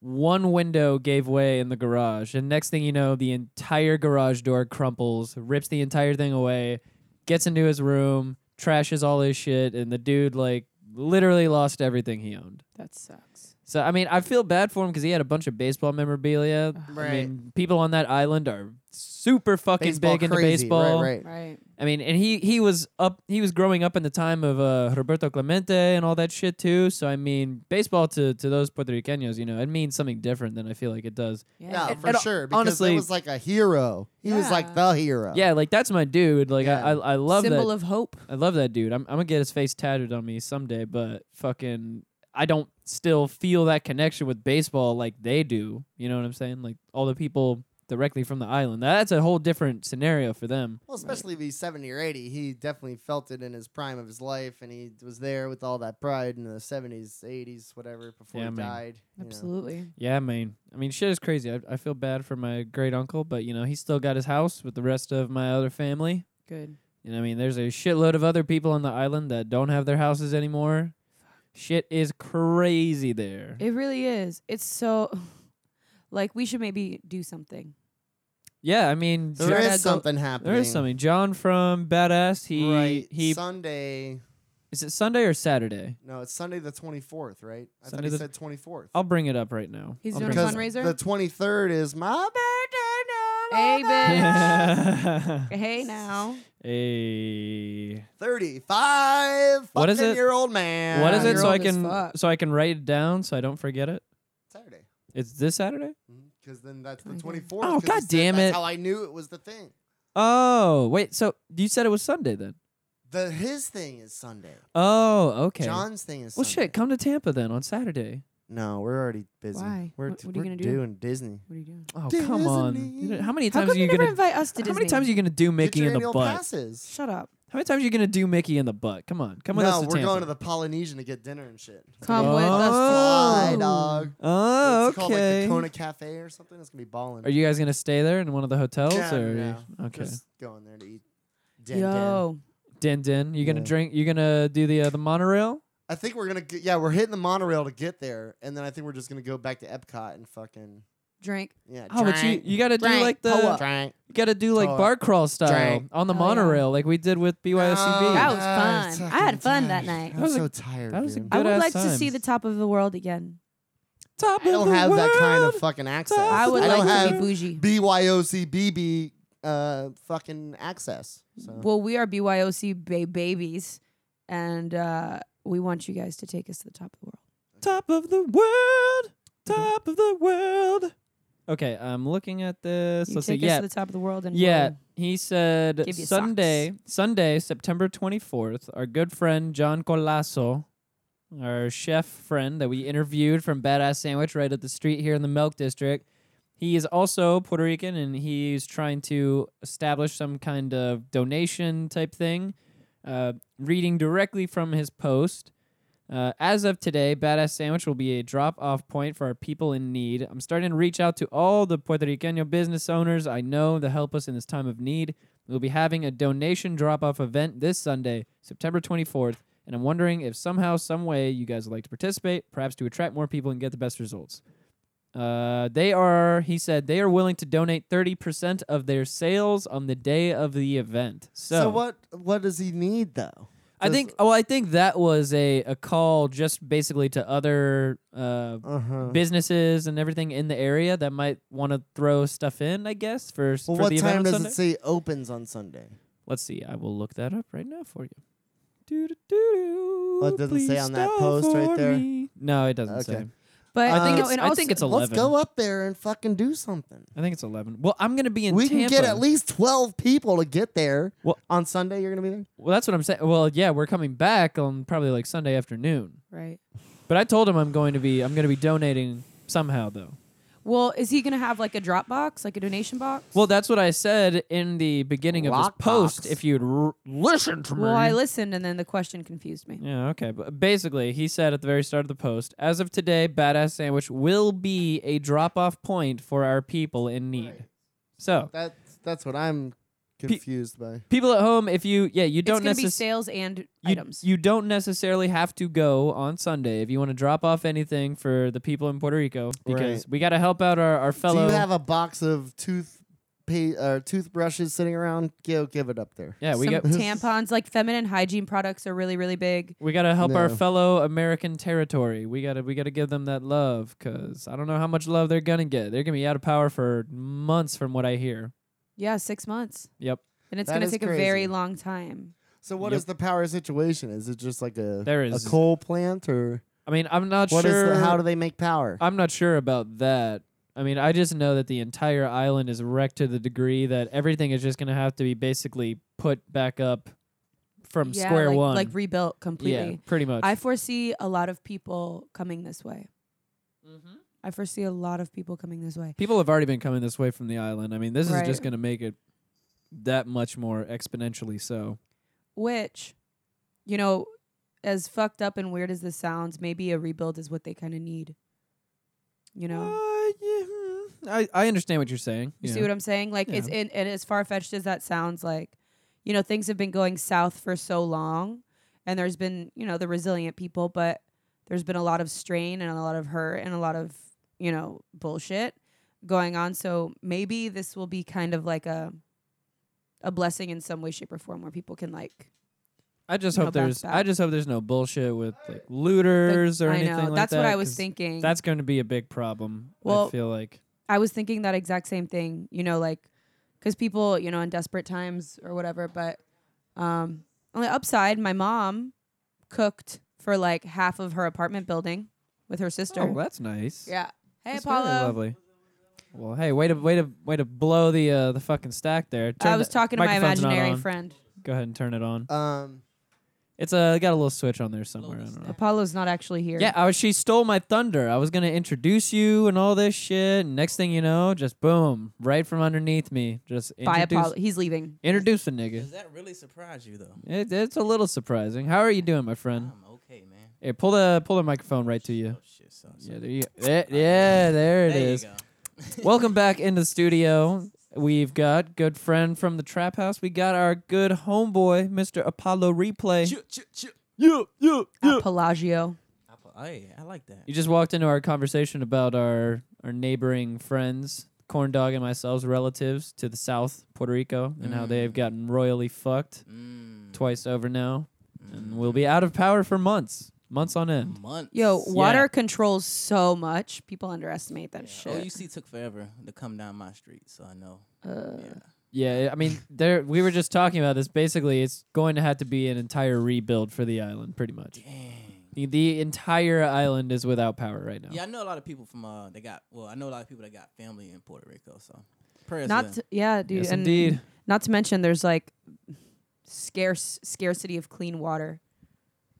Speaker 2: One window gave way in the garage, and next thing you know, the entire garage door crumples, rips the entire thing away, gets into his room, trashes all his shit, and the dude like literally lost everything he owned.
Speaker 6: that sucks.
Speaker 2: So I mean, I feel bad for him because he had a bunch of baseball memorabilia. I
Speaker 1: Right.
Speaker 2: mean, people on that island are super fucking
Speaker 1: Baseball
Speaker 2: big into
Speaker 1: crazy, right,
Speaker 2: baseball.
Speaker 1: right.
Speaker 6: Right.
Speaker 2: I mean, and he he was up he was growing up in the time of uh, Roberto Clemente and all that shit too. So I mean, baseball to to those Puerto Ricanos, you know, it means something different than I feel like it does.
Speaker 1: Yeah,
Speaker 2: And-
Speaker 1: for
Speaker 2: and
Speaker 1: sure. Because
Speaker 2: honestly-
Speaker 1: it was like a hero. He was like
Speaker 6: Yeah.
Speaker 1: the hero.
Speaker 2: Yeah, like that's my dude. Like
Speaker 1: Uh, Yeah.
Speaker 2: I, I I love
Speaker 6: Symbol
Speaker 2: that.
Speaker 6: of hope.
Speaker 2: I love that dude. I'm I'm gonna get his face tattooed on me someday, but fucking I don't still feel that connection with baseball like they do. You know what I'm saying? Like all the people directly from the island. That's a whole different scenario for them.
Speaker 1: Well, especially if he's 70 or 80, he definitely felt it in his prime of his life, and he was there with all that pride in the 70s, 80s, whatever, before
Speaker 2: Yeah,
Speaker 1: he
Speaker 2: man.
Speaker 1: died. you know.
Speaker 6: Absolutely.
Speaker 2: Yeah, I mean, I mean, shit is crazy. I, I feel bad for my great uncle, but you know, he still got his house with the rest of my other family.
Speaker 6: Good.
Speaker 2: And I mean, there's a shitload of other people on the island that don't have their houses anymore. Shit is crazy there.
Speaker 6: It really is. It's so like we should maybe do something.
Speaker 2: yeah, I mean,
Speaker 1: There
Speaker 2: Jo-
Speaker 6: Gotta
Speaker 1: is
Speaker 6: go-
Speaker 1: something happening.
Speaker 2: there is something. John from Badass, he
Speaker 1: right.
Speaker 2: he
Speaker 1: Sunday.
Speaker 2: is it Sunday or Saturday?
Speaker 1: No, it's Sunday the 24th, right? I thought
Speaker 2: Sunday
Speaker 1: he
Speaker 2: the-
Speaker 1: said 24th.
Speaker 2: I'll bring it up right now.
Speaker 6: He's
Speaker 2: I'll
Speaker 6: doing a
Speaker 2: bring
Speaker 1: Because
Speaker 6: fundraiser?
Speaker 1: The 23rd is my birthday.
Speaker 6: Hey, bitch.
Speaker 2: it up.
Speaker 6: hey, now.
Speaker 2: hey.
Speaker 1: 35
Speaker 2: What is
Speaker 1: fucking
Speaker 2: it?
Speaker 1: year old man.
Speaker 2: What is
Speaker 6: You're
Speaker 2: it? So I
Speaker 6: old as
Speaker 2: can
Speaker 6: fuck.
Speaker 2: so I can write it down so I don't forget it.
Speaker 1: Saturday.
Speaker 2: It's this Saturday.
Speaker 1: Because then that's the
Speaker 6: 23rd.
Speaker 1: 24th.
Speaker 2: Oh,
Speaker 1: 'cause he
Speaker 2: God
Speaker 1: said
Speaker 2: damn
Speaker 1: that's
Speaker 2: it.
Speaker 1: how I knew it was the thing.
Speaker 2: Oh wait, so you said it was Sunday then?
Speaker 1: The his thing is Sunday.
Speaker 2: Oh, okay.
Speaker 1: John's thing is
Speaker 2: well,
Speaker 1: Sunday.
Speaker 2: shit, come to Tampa then on Saturday.
Speaker 1: No, we're already busy.
Speaker 6: Why?
Speaker 1: We're,
Speaker 6: What- what are you
Speaker 1: we're
Speaker 6: gonna do?
Speaker 1: doing Disney.
Speaker 6: What are you doing?
Speaker 2: Oh, come on.
Speaker 1: Disney.
Speaker 2: How many
Speaker 6: How
Speaker 2: times
Speaker 6: come
Speaker 2: are
Speaker 6: you,
Speaker 2: you
Speaker 6: never
Speaker 2: gonna?
Speaker 6: invite us to
Speaker 2: How
Speaker 6: Disney?
Speaker 2: many times are you gonna do
Speaker 1: Get
Speaker 2: Mickey
Speaker 1: your
Speaker 2: in the
Speaker 1: annual
Speaker 2: butt?
Speaker 1: passes.
Speaker 6: Shut up.
Speaker 2: How many times are you gonna do Mickey in the butt? Come on, come with
Speaker 1: no,
Speaker 2: us to
Speaker 1: we're
Speaker 2: Tampa.
Speaker 1: going to the Polynesian to get dinner and shit.
Speaker 6: Come
Speaker 2: Oh.
Speaker 6: with us.
Speaker 1: Fly, dog.
Speaker 2: Oh,
Speaker 1: it's called like
Speaker 2: okay.
Speaker 1: the Kona Cafe or something. It's gonna be balling.
Speaker 2: Are you guys gonna stay there in one of the hotels
Speaker 1: yeah,
Speaker 2: or?
Speaker 1: no,
Speaker 2: Okay.
Speaker 1: Just going there to eat. Din, din.
Speaker 6: Yo,
Speaker 2: Din din. You gonna
Speaker 1: Yeah.
Speaker 2: drink? You gonna do the uh, the monorail?
Speaker 1: I think we're gonna get, yeah, we're hitting the monorail to get there, and then I think we're just gonna go back to Epcot and fucking
Speaker 6: drink.
Speaker 1: yeah.
Speaker 2: Oh, but you
Speaker 1: drink,
Speaker 2: you gotta do
Speaker 6: Drink.
Speaker 2: like the
Speaker 6: Pull up.
Speaker 1: drink.
Speaker 2: you gotta do like
Speaker 1: Pull up.
Speaker 2: bar crawl style
Speaker 1: Drink.
Speaker 2: on the
Speaker 6: Oh, yeah.
Speaker 2: monorail like we did with BYOCB.
Speaker 1: No,
Speaker 6: That was
Speaker 1: no,
Speaker 6: fun.
Speaker 1: it's
Speaker 6: I
Speaker 1: fucking
Speaker 6: had fun that
Speaker 1: tired.
Speaker 6: night.
Speaker 1: I'm
Speaker 2: That was a-
Speaker 1: so tired.
Speaker 2: that was a
Speaker 1: dude.
Speaker 6: I
Speaker 2: Good
Speaker 6: would
Speaker 2: ass
Speaker 6: like to see
Speaker 2: times.
Speaker 6: the top of the world again.
Speaker 2: Top
Speaker 1: I
Speaker 2: of
Speaker 1: don't
Speaker 2: the
Speaker 1: have that kind of
Speaker 2: world.
Speaker 1: fucking access.
Speaker 2: I
Speaker 6: I would
Speaker 1: don't
Speaker 6: like
Speaker 1: have
Speaker 6: to be bougie.
Speaker 1: BYOCBB uh, fucking access. So.
Speaker 6: Well, we are BYOC ba- babies, and uh, we want you guys to take us to the top of the world.
Speaker 2: Top of the world. Top of the world. Okay, I'm looking at this.
Speaker 6: You
Speaker 2: Let's see.
Speaker 6: take us
Speaker 2: Yeah,
Speaker 6: to the top of the world, and
Speaker 2: Yeah,
Speaker 6: we'll-
Speaker 2: he said
Speaker 6: Give you
Speaker 2: Sunday, Sunday, September 24th, our good friend John Colasso, our chef friend that we interviewed from Badass Sandwich right at the street here in the Milk District. He is also Puerto Rican and he's trying to establish some kind of donation type thing. Uh, reading directly from his post, uh, as of today, Badass Sandwich will be a drop off point for our people in need. I'm starting to reach out to all the Puerto Riqueño business owners I know to help us in this time of need. We'll be having a donation drop off event this Sunday, September 24th, and I'm wondering if somehow, some way, you guys would like to participate, perhaps to attract more people and get the best results. Uh, they are, he said, they are willing to donate 30% of their sales on the day of the event. So,
Speaker 1: so, what what does he need though?
Speaker 2: I think. Well, I think that was a, a call just basically to other uh,
Speaker 1: Uh huh.
Speaker 2: businesses and everything in the area that might want to throw stuff in. I guess for s-
Speaker 1: Well,
Speaker 2: for
Speaker 1: what
Speaker 2: the event
Speaker 1: time
Speaker 2: on
Speaker 1: does
Speaker 2: Sunday.
Speaker 1: it say opens on Sunday?
Speaker 2: Let's see. I will look that up right now for you. Doo doo doo.
Speaker 1: Well, it doesn't say
Speaker 2: please
Speaker 1: on that
Speaker 2: stall
Speaker 1: post right
Speaker 2: for
Speaker 1: there.
Speaker 2: me. No, it doesn't
Speaker 1: Okay.
Speaker 2: say.
Speaker 6: but
Speaker 2: I think
Speaker 6: you know,
Speaker 2: it's.
Speaker 6: and
Speaker 2: I
Speaker 6: also-
Speaker 2: think it's
Speaker 1: Let's
Speaker 2: eleven.
Speaker 1: go up there and fucking do something.
Speaker 2: I think it's eleven. Well, I'm gonna be in.
Speaker 1: we
Speaker 2: Tampa.
Speaker 1: can get at least twelve people to get there.
Speaker 2: Well-
Speaker 1: on Sunday you're gonna be there?
Speaker 2: Well, that's what I'm saying. Well, yeah, we're coming back on probably like Sunday afternoon.
Speaker 6: right.
Speaker 2: But I told him I'm going to be. I'm going to be donating somehow though.
Speaker 6: Well, is he gonna have like a drop box, like a donation box?
Speaker 2: Well, that's what I said in the beginning of this
Speaker 1: Lockbox.
Speaker 2: post. If you'd r- listen to me.
Speaker 6: well, I listened, and then the question confused me.
Speaker 2: yeah, okay. But basically, he said at the very start of the post, as of today, Badass Sandwich will be a drop-off point for our people in need. So,
Speaker 1: That's that's what I'm confused by.
Speaker 2: people at home, if you yeah, you
Speaker 6: It's
Speaker 2: don't
Speaker 6: gonna be
Speaker 2: necessarily
Speaker 6: sales and
Speaker 2: you,
Speaker 6: items.
Speaker 2: you don't necessarily have to go on Sunday if you want to drop off anything for the people in Puerto Rico because
Speaker 1: Right.
Speaker 2: we got to help out our, our fellow.
Speaker 1: Do you have a box of tooth pa- or toothbrushes sitting around? Go give it up there.
Speaker 2: yeah, we
Speaker 6: Some
Speaker 2: got
Speaker 6: tampons, like feminine hygiene products, are really really big.
Speaker 2: We gotta help our
Speaker 1: No.
Speaker 2: fellow American territory. We gotta we gotta give them that love, cause I don't know how much love they're gonna get. They're gonna be out of power for months, from what I hear.
Speaker 6: Yeah, six months,
Speaker 2: Yep,
Speaker 6: and it's
Speaker 1: That
Speaker 6: gonna
Speaker 1: is
Speaker 6: take a
Speaker 1: crazy.
Speaker 6: very long time.
Speaker 1: So what is
Speaker 2: Yep.
Speaker 1: the power situation? Is it just like a
Speaker 2: there
Speaker 1: a
Speaker 2: is.
Speaker 1: coal plant or
Speaker 2: I mean, I'm not
Speaker 1: what is
Speaker 2: sure.
Speaker 1: the, how do they make power?
Speaker 2: I'm not sure about that. I mean, I just know that the entire island is wrecked to the degree that everything is just gonna have to be basically put back up from
Speaker 6: yeah,
Speaker 2: square
Speaker 6: like,
Speaker 2: one.
Speaker 6: like rebuilt
Speaker 2: yeah,
Speaker 6: completely.
Speaker 2: pretty much.
Speaker 6: I foresee a lot of people coming this way. I foresee a lot of people coming this way.
Speaker 2: Mm-hmm. People have already been coming this way from the island. I mean, this
Speaker 6: Right.
Speaker 2: is just gonna make it that much more exponentially so.
Speaker 6: which you know as fucked up and weird as this sounds maybe a rebuild is what they kind of need you know
Speaker 2: Uh, yeah, hmm. I, I understand what you're saying.
Speaker 6: Um, you see what i'm saying like it's in, and as far-fetched as that sounds like you know things have been going south for so long and there's been you know the resilient people but there's been a lot of strain and a lot of hurt and a lot of you know bullshit going on so maybe this will be kind of like a a blessing in some way shape or form where people can like
Speaker 2: I just
Speaker 6: you know,
Speaker 2: hope
Speaker 6: bounce
Speaker 2: there's I
Speaker 6: back.
Speaker 2: just hope there's no bullshit with like
Speaker 6: the-
Speaker 2: looters or
Speaker 6: I
Speaker 2: anything
Speaker 6: know.
Speaker 2: like
Speaker 6: that's
Speaker 2: that.
Speaker 6: what i was
Speaker 2: 'cause
Speaker 6: thinking
Speaker 2: That's going to be a big problem. I
Speaker 6: Well-
Speaker 2: feel like
Speaker 6: I was thinking that exact same thing, you know, like because people, you know, in desperate times or whatever. But um, on the upside, my mom cooked for like half of her apartment building with her sister.
Speaker 2: oh, that's nice.
Speaker 6: yeah. Hey,
Speaker 2: that's very
Speaker 6: Apollo.
Speaker 2: lovely. Well, hey, way to way to way to blow the uh, the fucking stack there.
Speaker 6: I
Speaker 2: Turn
Speaker 6: was
Speaker 2: the
Speaker 6: talking to my
Speaker 2: microphone's not
Speaker 6: imaginary
Speaker 2: on.
Speaker 6: friend.
Speaker 2: Go ahead and turn it on.
Speaker 1: Um,
Speaker 2: It's uh, got a little switch on there somewhere. I don't know.
Speaker 6: Apollo's not actually here.
Speaker 2: Yeah, I was, she stole my thunder. I was gonna introduce you and all this shit. And next thing you know, just boom, right from underneath me. Just
Speaker 6: by
Speaker 2: introduce,
Speaker 6: Apollo, he's leaving.
Speaker 2: introduce the nigga.
Speaker 3: Does that really surprise you though?
Speaker 2: It, it's a little surprising. How are you doing, my friend?
Speaker 3: I'm okay, man.
Speaker 2: Here, pull the pull the microphone right to you.
Speaker 3: Oh shit, so, so.
Speaker 2: Yeah, there you. eh, yeah, there it
Speaker 3: there
Speaker 2: is.
Speaker 3: You go.
Speaker 2: Welcome back into the studio. We've got good friend from the trap house. We got our good homeboy, Mr. Apollo Replay.
Speaker 3: Choo, choo, choo.
Speaker 2: Yeah, yeah,
Speaker 6: At Pelagio.
Speaker 3: Apple- Hey, I like that.
Speaker 2: You just walked into our conversation about our our neighboring friends, Corn Dog and myself's relatives to the south, Puerto Rico, and how they've gotten royally fucked
Speaker 3: Mm,
Speaker 2: twice over now, and we'll be out of power for months, months on end.
Speaker 3: months.
Speaker 6: Yo,
Speaker 2: Yeah. Oh,
Speaker 6: water controls so much. People underestimate that shit.
Speaker 3: OUC took forever to come down my street, so I know.
Speaker 2: Uh.
Speaker 3: yeah.
Speaker 2: Yeah, I mean, there we were just talking about this. Basically, it's going to have to be an entire rebuild for the island, pretty much.
Speaker 3: Dang.
Speaker 2: The, the entire island is without power right now.
Speaker 3: Yeah, I know a lot of people from uh, they got well, I know a lot of people that got family in Puerto Rico, so prayers.
Speaker 6: not
Speaker 3: to
Speaker 6: to, yeah, dude.
Speaker 2: Yes,
Speaker 6: and
Speaker 2: indeed.
Speaker 6: Not to mention, there's like scarce scarcity of clean water,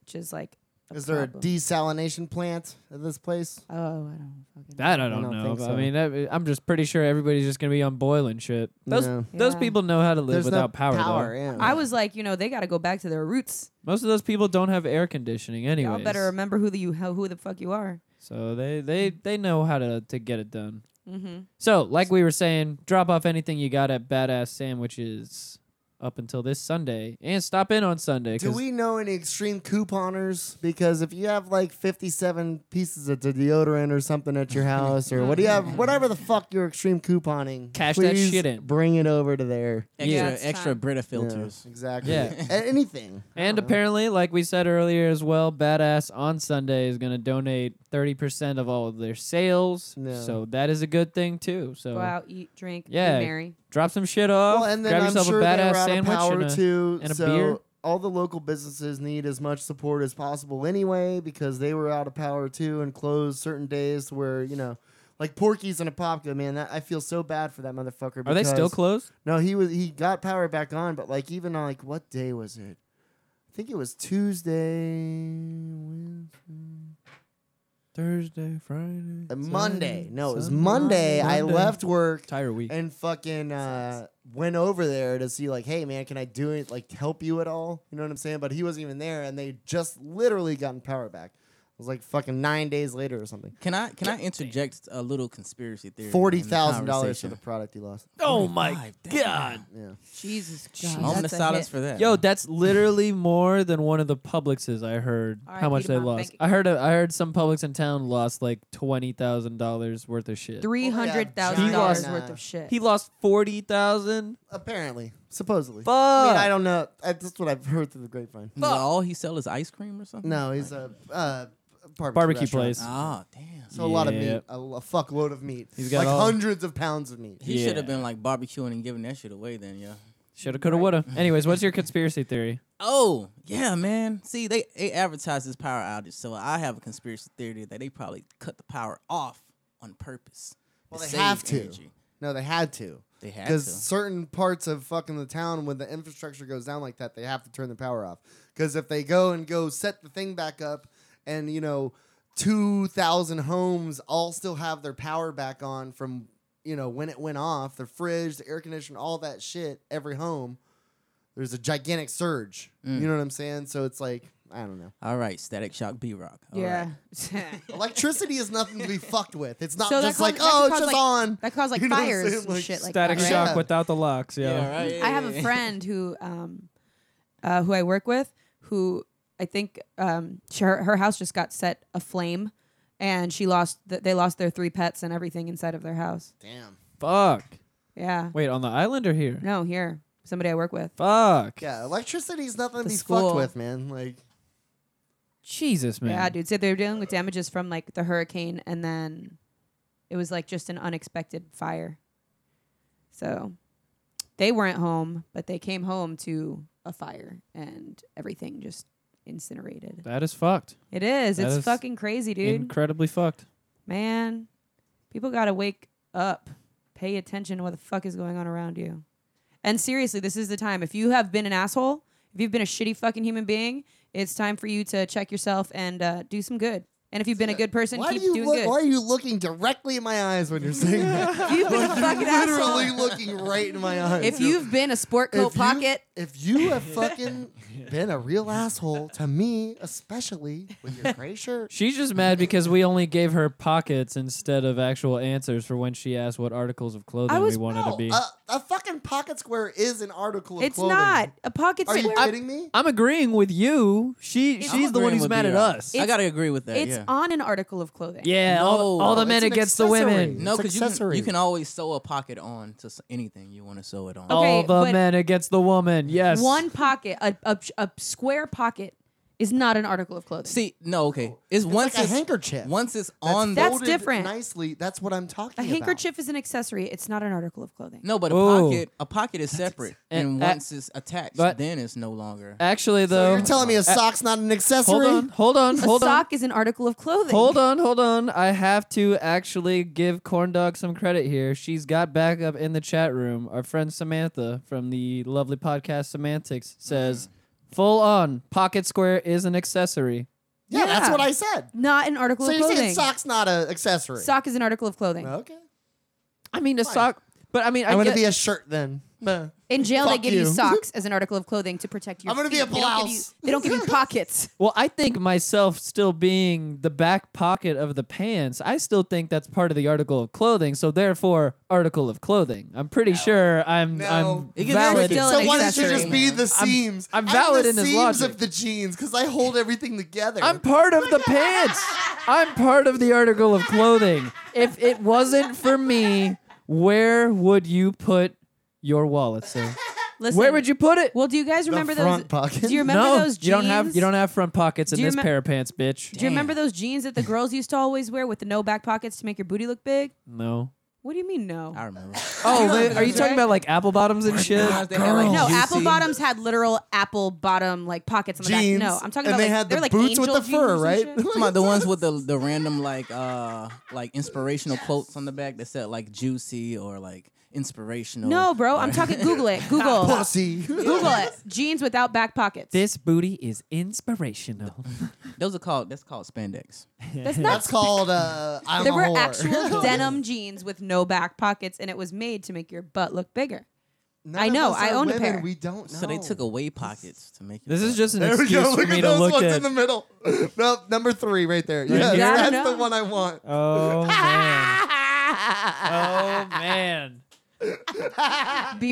Speaker 6: which is like. A
Speaker 1: is there a
Speaker 6: problem.
Speaker 1: desalination plant at this place?
Speaker 6: Oh, I don't fucking.
Speaker 2: That I don't,
Speaker 1: don't
Speaker 2: know.
Speaker 1: think
Speaker 2: but I
Speaker 1: so.
Speaker 2: mean, I, I'm just pretty sure everybody's just gonna be on boiling shit. Those
Speaker 1: No.
Speaker 2: those
Speaker 6: Yeah.
Speaker 2: people know how to live
Speaker 1: There's
Speaker 2: without
Speaker 1: no
Speaker 2: power. though.
Speaker 1: yeah.
Speaker 6: I was like, you know, they got to go back to their roots.
Speaker 2: Most of those people don't have air conditioning, anyway.
Speaker 6: Y'all better remember who the you how, who the fuck you are.
Speaker 2: So they they they know how to to get it done.
Speaker 6: Mm-hmm.
Speaker 2: So, like we were saying, drop off anything you got at Badass Sandwiches up until this Sunday, and stop in on Sunday.
Speaker 1: Do
Speaker 2: 'cause-
Speaker 1: we know any extreme couponers? Because if you have like 57 pieces of deodorant or something at your house, or what do you have, whatever the fuck you're extreme couponing,
Speaker 2: Cash that
Speaker 1: please
Speaker 2: shit in.
Speaker 1: Bring it over to there.
Speaker 3: extra
Speaker 2: Yeah,
Speaker 6: it's
Speaker 3: extra
Speaker 6: time.
Speaker 3: Brita
Speaker 1: Yeah,
Speaker 3: filters.
Speaker 1: exactly.
Speaker 2: Yeah.
Speaker 1: A- Anything.
Speaker 2: And apparently, like we said earlier as well, Badass on Sunday is going to donate 30% of all of their sales.
Speaker 1: Yeah.
Speaker 2: So that is a good thing, too. So
Speaker 6: Go out, eat, drink,
Speaker 2: Yeah.
Speaker 6: be merry.
Speaker 2: drop some shit off.
Speaker 1: Well, and then
Speaker 2: grab
Speaker 1: I'm
Speaker 2: yourself
Speaker 1: sure
Speaker 2: a
Speaker 1: they were
Speaker 2: badass
Speaker 1: out of
Speaker 2: sandwich.
Speaker 1: power
Speaker 2: and a-
Speaker 1: too.
Speaker 2: and a
Speaker 1: so
Speaker 2: beer.
Speaker 1: all the local businesses need as much support as possible anyway, because they were out of power too and closed certain days where you know, like Porky's and Apopka, man. That, I feel so bad for that motherfucker.
Speaker 2: Are they still
Speaker 1: because-
Speaker 2: closed?
Speaker 1: No, he was he got power back on, but like even on like what day was it? I think it was Tuesday, Wednesday,
Speaker 2: Thursday, Friday.
Speaker 1: uh, Monday. No, it was Monday. I
Speaker 2: Monday.
Speaker 1: left work
Speaker 2: Entire week.
Speaker 1: and fucking uh, went over there to see like, hey man, can I do it? Like help you at all? You know what I'm saying? But he wasn't even there, and they just literally gotten power back. It was like fucking nine days later or something.
Speaker 3: Can I can I interject a little conspiracy theory? in the
Speaker 1: Forty thousand dollars for
Speaker 3: conversation?
Speaker 1: the product he lost.
Speaker 2: oh, my
Speaker 3: God damn.
Speaker 2: God.
Speaker 1: Yeah.
Speaker 6: Jesus
Speaker 3: A Moment of silence for that.
Speaker 2: Yo, that's literally more than one of the Publixes I heard how
Speaker 6: R.I.P.
Speaker 2: much
Speaker 6: to
Speaker 2: they
Speaker 6: my
Speaker 2: lost.
Speaker 6: bank
Speaker 2: I heard a, I heard some Publix in town lost like twenty thousand dollars worth of shit.
Speaker 6: Three hundred
Speaker 1: He
Speaker 6: thousand
Speaker 1: lost-
Speaker 6: dollars worth of shit.
Speaker 2: He lost forty thousand.
Speaker 1: Apparently, supposedly.
Speaker 2: Fuck.
Speaker 1: I mean, I don't know. I- That's what I've heard through the grapevine.
Speaker 3: Does all he sell is ice cream or something?
Speaker 1: No, he's a uh, barbecue,
Speaker 2: Barbecue
Speaker 1: restaurant.
Speaker 2: place.
Speaker 3: Oh damn.
Speaker 1: So a lot of
Speaker 2: Yeah.
Speaker 1: meat, a, a fuckload of meat.
Speaker 2: He's got
Speaker 1: like
Speaker 2: all-
Speaker 1: hundreds of pounds of meat.
Speaker 3: He should have
Speaker 2: Yeah.
Speaker 3: been like barbecuing and giving that shit away then, yeah.
Speaker 2: Shoulda, coulda, woulda. Anyways, what's your conspiracy theory?
Speaker 3: Oh, yeah, man. See, they, they advertise this power outage, so I have a conspiracy theory that they probably cut the power off on purpose.
Speaker 1: Well,
Speaker 3: to
Speaker 1: they have
Speaker 3: save
Speaker 1: to.
Speaker 3: energy.
Speaker 1: No, they had to.
Speaker 3: They had
Speaker 1: Because
Speaker 3: to.
Speaker 1: certain parts of fucking the town, when the infrastructure goes down like that, they have to turn the power off. Because if they go and go set the thing back up, and you know, two thousand homes all still have their power back on from you know when it went off, the fridge, the air conditioner, all that shit, every home, there's a gigantic surge.
Speaker 6: Mm.
Speaker 1: You know what I'm saying? So it's like I don't know.
Speaker 3: All right, Static Shock B Rock.
Speaker 6: yeah.
Speaker 1: Electricity is nothing to be fucked with. It's not
Speaker 6: So that
Speaker 1: just
Speaker 6: caused-
Speaker 1: like,
Speaker 6: that
Speaker 1: oh,
Speaker 6: caused,
Speaker 1: it's just
Speaker 6: like-
Speaker 1: on.
Speaker 6: That caused like
Speaker 1: You know what I'm
Speaker 6: fires
Speaker 1: saying?
Speaker 6: and
Speaker 1: Like,
Speaker 6: shit like
Speaker 2: Static
Speaker 6: that. right?
Speaker 2: shock
Speaker 1: Yeah.
Speaker 2: without the locks. Yeah.
Speaker 3: right.
Speaker 6: I have a friend who um, uh, who I work with who I think um, she, her, her house just got set aflame, and she lost th- they lost their three pets and everything inside of their house.
Speaker 1: Damn.
Speaker 2: Fuck.
Speaker 6: Yeah.
Speaker 2: Wait, on the island or here?
Speaker 6: No, here somebody I work with.
Speaker 2: Fuck.
Speaker 1: Yeah, electricity is nothing to
Speaker 6: The
Speaker 1: be
Speaker 6: school.
Speaker 1: fucked with, man. Like,
Speaker 2: Jesus, man.
Speaker 6: Yeah, dude. So they were dealing with damages from like the hurricane, and then it was like just an unexpected fire. So they weren't home, but they came home to a fire and everything just incinerated.
Speaker 2: That is fucked.
Speaker 6: It is.
Speaker 2: That
Speaker 6: It's
Speaker 2: is
Speaker 6: fucking crazy, dude.
Speaker 2: Incredibly fucked.
Speaker 6: Man, people gotta wake up, pay attention to what the fuck is going on around you. And seriously, this is the time. If you have been an asshole, if you've been a shitty fucking human being, it's time for you to check yourself and uh, do some good. And if you've been a good person,
Speaker 1: Why,
Speaker 6: keep
Speaker 1: do you
Speaker 6: doing
Speaker 1: look,
Speaker 6: good.
Speaker 1: why are you looking directly in my eyes when you're saying that?
Speaker 6: You've been a fucking asshole.
Speaker 1: Literally looking right in my eyes.
Speaker 6: If you've been a sport coat
Speaker 1: you-
Speaker 6: pocket,
Speaker 1: if you have fucking been a real asshole to me, especially with your gray shirt,
Speaker 2: She's just mad because we only gave her pockets instead of actual answers for when she asked what articles of clothing
Speaker 6: I was-
Speaker 2: we wanted to be.
Speaker 1: a, a fucking pocket square is an article of
Speaker 6: it's
Speaker 1: clothing.
Speaker 6: not a pocket
Speaker 1: Are you
Speaker 6: square.
Speaker 1: kidding me?
Speaker 2: I'm agreeing with you. She
Speaker 6: It's-
Speaker 2: she's the one
Speaker 3: Agreeing
Speaker 2: who's
Speaker 3: with
Speaker 2: mad
Speaker 3: you.
Speaker 2: at us.
Speaker 3: I gotta agree with that.
Speaker 6: It's
Speaker 3: yeah.
Speaker 6: on an article of clothing.
Speaker 2: yeah, all,
Speaker 3: No,
Speaker 2: all the
Speaker 1: it's
Speaker 2: men
Speaker 1: an
Speaker 2: against the women.
Speaker 1: accessory.
Speaker 3: no,
Speaker 1: it's
Speaker 3: because you, can-
Speaker 1: accessory.
Speaker 3: you can always sew a pocket on to s- anything you want to sew it on.
Speaker 6: Okay.
Speaker 2: all the
Speaker 6: but-
Speaker 2: men against the woman. Yes.
Speaker 6: One pocket, a, a, a square pocket, is not an article of clothing.
Speaker 3: See, no, okay.
Speaker 6: Oh,
Speaker 3: It's, once
Speaker 1: like a
Speaker 3: it's,
Speaker 1: handkerchief.
Speaker 3: Once it's
Speaker 1: That's
Speaker 3: on
Speaker 6: That's
Speaker 1: folded
Speaker 6: different.
Speaker 1: Nicely, that's what I'm talking
Speaker 6: a
Speaker 1: about.
Speaker 6: handkerchief is an accessory. It's not an article of clothing.
Speaker 3: the no, but a
Speaker 2: Whoa.
Speaker 3: pocket a pocket is separate, and,
Speaker 2: and-
Speaker 3: once it's attached,
Speaker 2: but- Uh,
Speaker 3: then it's no longer.
Speaker 2: Actually, though,
Speaker 1: You're telling me a sock's not an accessory?
Speaker 2: Uh, hold on, hold on,
Speaker 6: A
Speaker 2: hold on.
Speaker 6: sock is an article of clothing.
Speaker 2: Hold on, hold on. I have to actually give Corndog some credit here. She's got back up in the chat room. Our friend Samantha from the lovely podcast Semantics says, "Full on pocket square is an accessory."
Speaker 1: Yeah, that's
Speaker 6: Yeah.
Speaker 1: what I said.
Speaker 6: Not an article
Speaker 1: So
Speaker 6: of
Speaker 1: you're
Speaker 6: clothing.
Speaker 1: saying sock's not an accessory?
Speaker 6: Sock is an article of clothing.
Speaker 1: Okay.
Speaker 2: I mean, a
Speaker 1: Fine.
Speaker 2: sock. But I mean, I
Speaker 1: I'm gonna
Speaker 2: get-
Speaker 1: be a shirt then. Meh.
Speaker 6: In jail, they
Speaker 1: Fuck
Speaker 6: give you.
Speaker 1: you.
Speaker 6: socks as an article of clothing to protect your.
Speaker 1: I'm gonna be
Speaker 6: feet.
Speaker 1: a
Speaker 6: They don't give you-
Speaker 1: blouse.
Speaker 6: They don't give you, pockets.
Speaker 2: well. I think myself still being the back pocket of the pants. I still think that's part of the article of clothing. So therefore, article of clothing. I'm pretty sure I'm. I'm
Speaker 3: It gets
Speaker 2: valid.
Speaker 6: still
Speaker 1: So
Speaker 6: an
Speaker 1: why don't you
Speaker 6: accessory.
Speaker 1: just be the seams?
Speaker 2: I'm
Speaker 1: I'm
Speaker 2: valid
Speaker 1: the
Speaker 2: in his
Speaker 1: seams
Speaker 2: logic.
Speaker 1: of the jeans because I hold everything together.
Speaker 2: I'm part of the pants. I'm part of the article of clothing. If it wasn't for me, where would you put your wallet, sir?
Speaker 6: Listen,
Speaker 2: Where would you put it?
Speaker 6: Well, do you guys remember
Speaker 1: front
Speaker 6: those?
Speaker 1: pocket?
Speaker 6: Do you remember
Speaker 2: no,
Speaker 6: those jeans?
Speaker 2: you don't have you don't have front pockets in
Speaker 6: Do you
Speaker 2: this
Speaker 6: remem-
Speaker 2: pair of pants, bitch.
Speaker 6: Do you remember those jeans that the girls used to always wear with the no back pockets to make your booty look big?
Speaker 2: No.
Speaker 6: What do you mean no?
Speaker 3: I remember.
Speaker 2: Oh, wait, are you
Speaker 6: those,
Speaker 2: talking
Speaker 6: right?
Speaker 2: about like apple bottoms and shit?
Speaker 3: Sometimes they had, like,
Speaker 6: No,
Speaker 3: juicy-
Speaker 6: apple bottoms had literal apple bottom like pockets on the
Speaker 1: jeans.
Speaker 6: back. No, I'm talking
Speaker 1: and
Speaker 6: about
Speaker 1: they
Speaker 6: like,
Speaker 1: had the
Speaker 6: they're like
Speaker 1: boots with
Speaker 6: angel
Speaker 1: the fur,
Speaker 6: jeans and
Speaker 1: right?
Speaker 6: shit.
Speaker 3: Talking about the ones with the the random like uh like inspirational quotes on the back that said like juicy or like inspirational.
Speaker 6: No, bro, I'm talking Google it. Google.
Speaker 1: Pussy.
Speaker 6: Google it. Jeans without back pockets.
Speaker 2: This booty is inspirational.
Speaker 3: Those are called that's called spandex.
Speaker 6: That's not.
Speaker 1: That's called. Uh, I'm
Speaker 6: there
Speaker 1: a
Speaker 6: were
Speaker 1: whore.
Speaker 6: actual denim jeans with no back pockets, and it was made to make your butt look bigger.
Speaker 1: None
Speaker 6: I
Speaker 1: of
Speaker 6: know,
Speaker 1: us
Speaker 6: I
Speaker 1: are
Speaker 6: owned a
Speaker 1: women,
Speaker 6: pair.
Speaker 1: We don't know.
Speaker 3: So they took away pockets to make it.
Speaker 2: This is just an
Speaker 1: There we go.
Speaker 2: excuse for
Speaker 1: Look
Speaker 2: me
Speaker 1: at
Speaker 2: to
Speaker 1: those
Speaker 2: look
Speaker 1: ones
Speaker 2: at.
Speaker 1: in the middle. Nope, number three right there. Yes,
Speaker 2: here?
Speaker 1: that's
Speaker 6: Yeah, I
Speaker 1: the
Speaker 6: know.
Speaker 1: one I want.
Speaker 2: Oh man. Oh man.
Speaker 6: B
Speaker 2: That's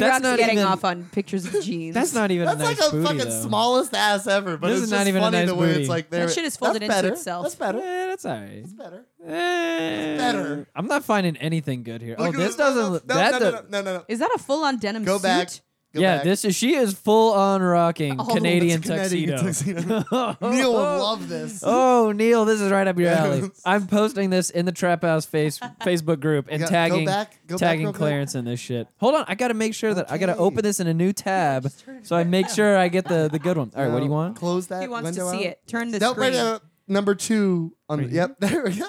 Speaker 6: Rock's
Speaker 2: not
Speaker 6: getting
Speaker 2: even-
Speaker 6: off on pictures of jeans.
Speaker 2: That's not even
Speaker 1: That's
Speaker 2: a nice
Speaker 1: like a
Speaker 2: booty,
Speaker 1: fucking
Speaker 2: though.
Speaker 1: smallest ass ever, but
Speaker 2: This
Speaker 1: it's
Speaker 2: is
Speaker 1: just
Speaker 2: not even a
Speaker 1: funny
Speaker 2: nice
Speaker 1: the way
Speaker 2: booty.
Speaker 1: it's like there.
Speaker 6: shit is folded
Speaker 1: that's
Speaker 6: into
Speaker 1: better.
Speaker 6: itself.
Speaker 1: That's better.
Speaker 2: Eh, that's all right.
Speaker 1: That's better.
Speaker 2: Eh,
Speaker 1: better.
Speaker 2: I'm not finding anything good here.
Speaker 1: Look
Speaker 2: oh,
Speaker 1: at
Speaker 2: this
Speaker 1: No, no,
Speaker 2: doesn't. look
Speaker 1: No,
Speaker 2: that
Speaker 1: no,
Speaker 2: do-
Speaker 1: no, no, no, no.
Speaker 6: Is that a full on denim
Speaker 1: Go
Speaker 6: suit?
Speaker 1: back. Go
Speaker 2: yeah,
Speaker 1: back.
Speaker 2: this is. She is full on rocking
Speaker 1: Oh,
Speaker 2: Canadian
Speaker 1: that's Canadian
Speaker 2: tuxedo.
Speaker 1: tuxedo. Neil would love this.
Speaker 2: Oh, Neil, this is right up your alley.
Speaker 1: Yes.
Speaker 2: I'm posting this in the Trap House face Facebook group and
Speaker 1: Go- go
Speaker 2: tagging
Speaker 1: back- go back
Speaker 2: tagging
Speaker 1: real quick.
Speaker 2: Clarence in this shit. Hold on, I got to make sure that I got to
Speaker 1: Okay.
Speaker 2: open this in a new tab so I make sure I get the the good one. All right, what do you
Speaker 1: No,
Speaker 2: want?
Speaker 1: Close that.
Speaker 6: He wants to
Speaker 1: window
Speaker 6: see
Speaker 1: out.
Speaker 6: it. Turn the
Speaker 1: No,
Speaker 6: screen.
Speaker 1: wait, uh, number two. On the,
Speaker 2: Right.
Speaker 1: yep, there we go.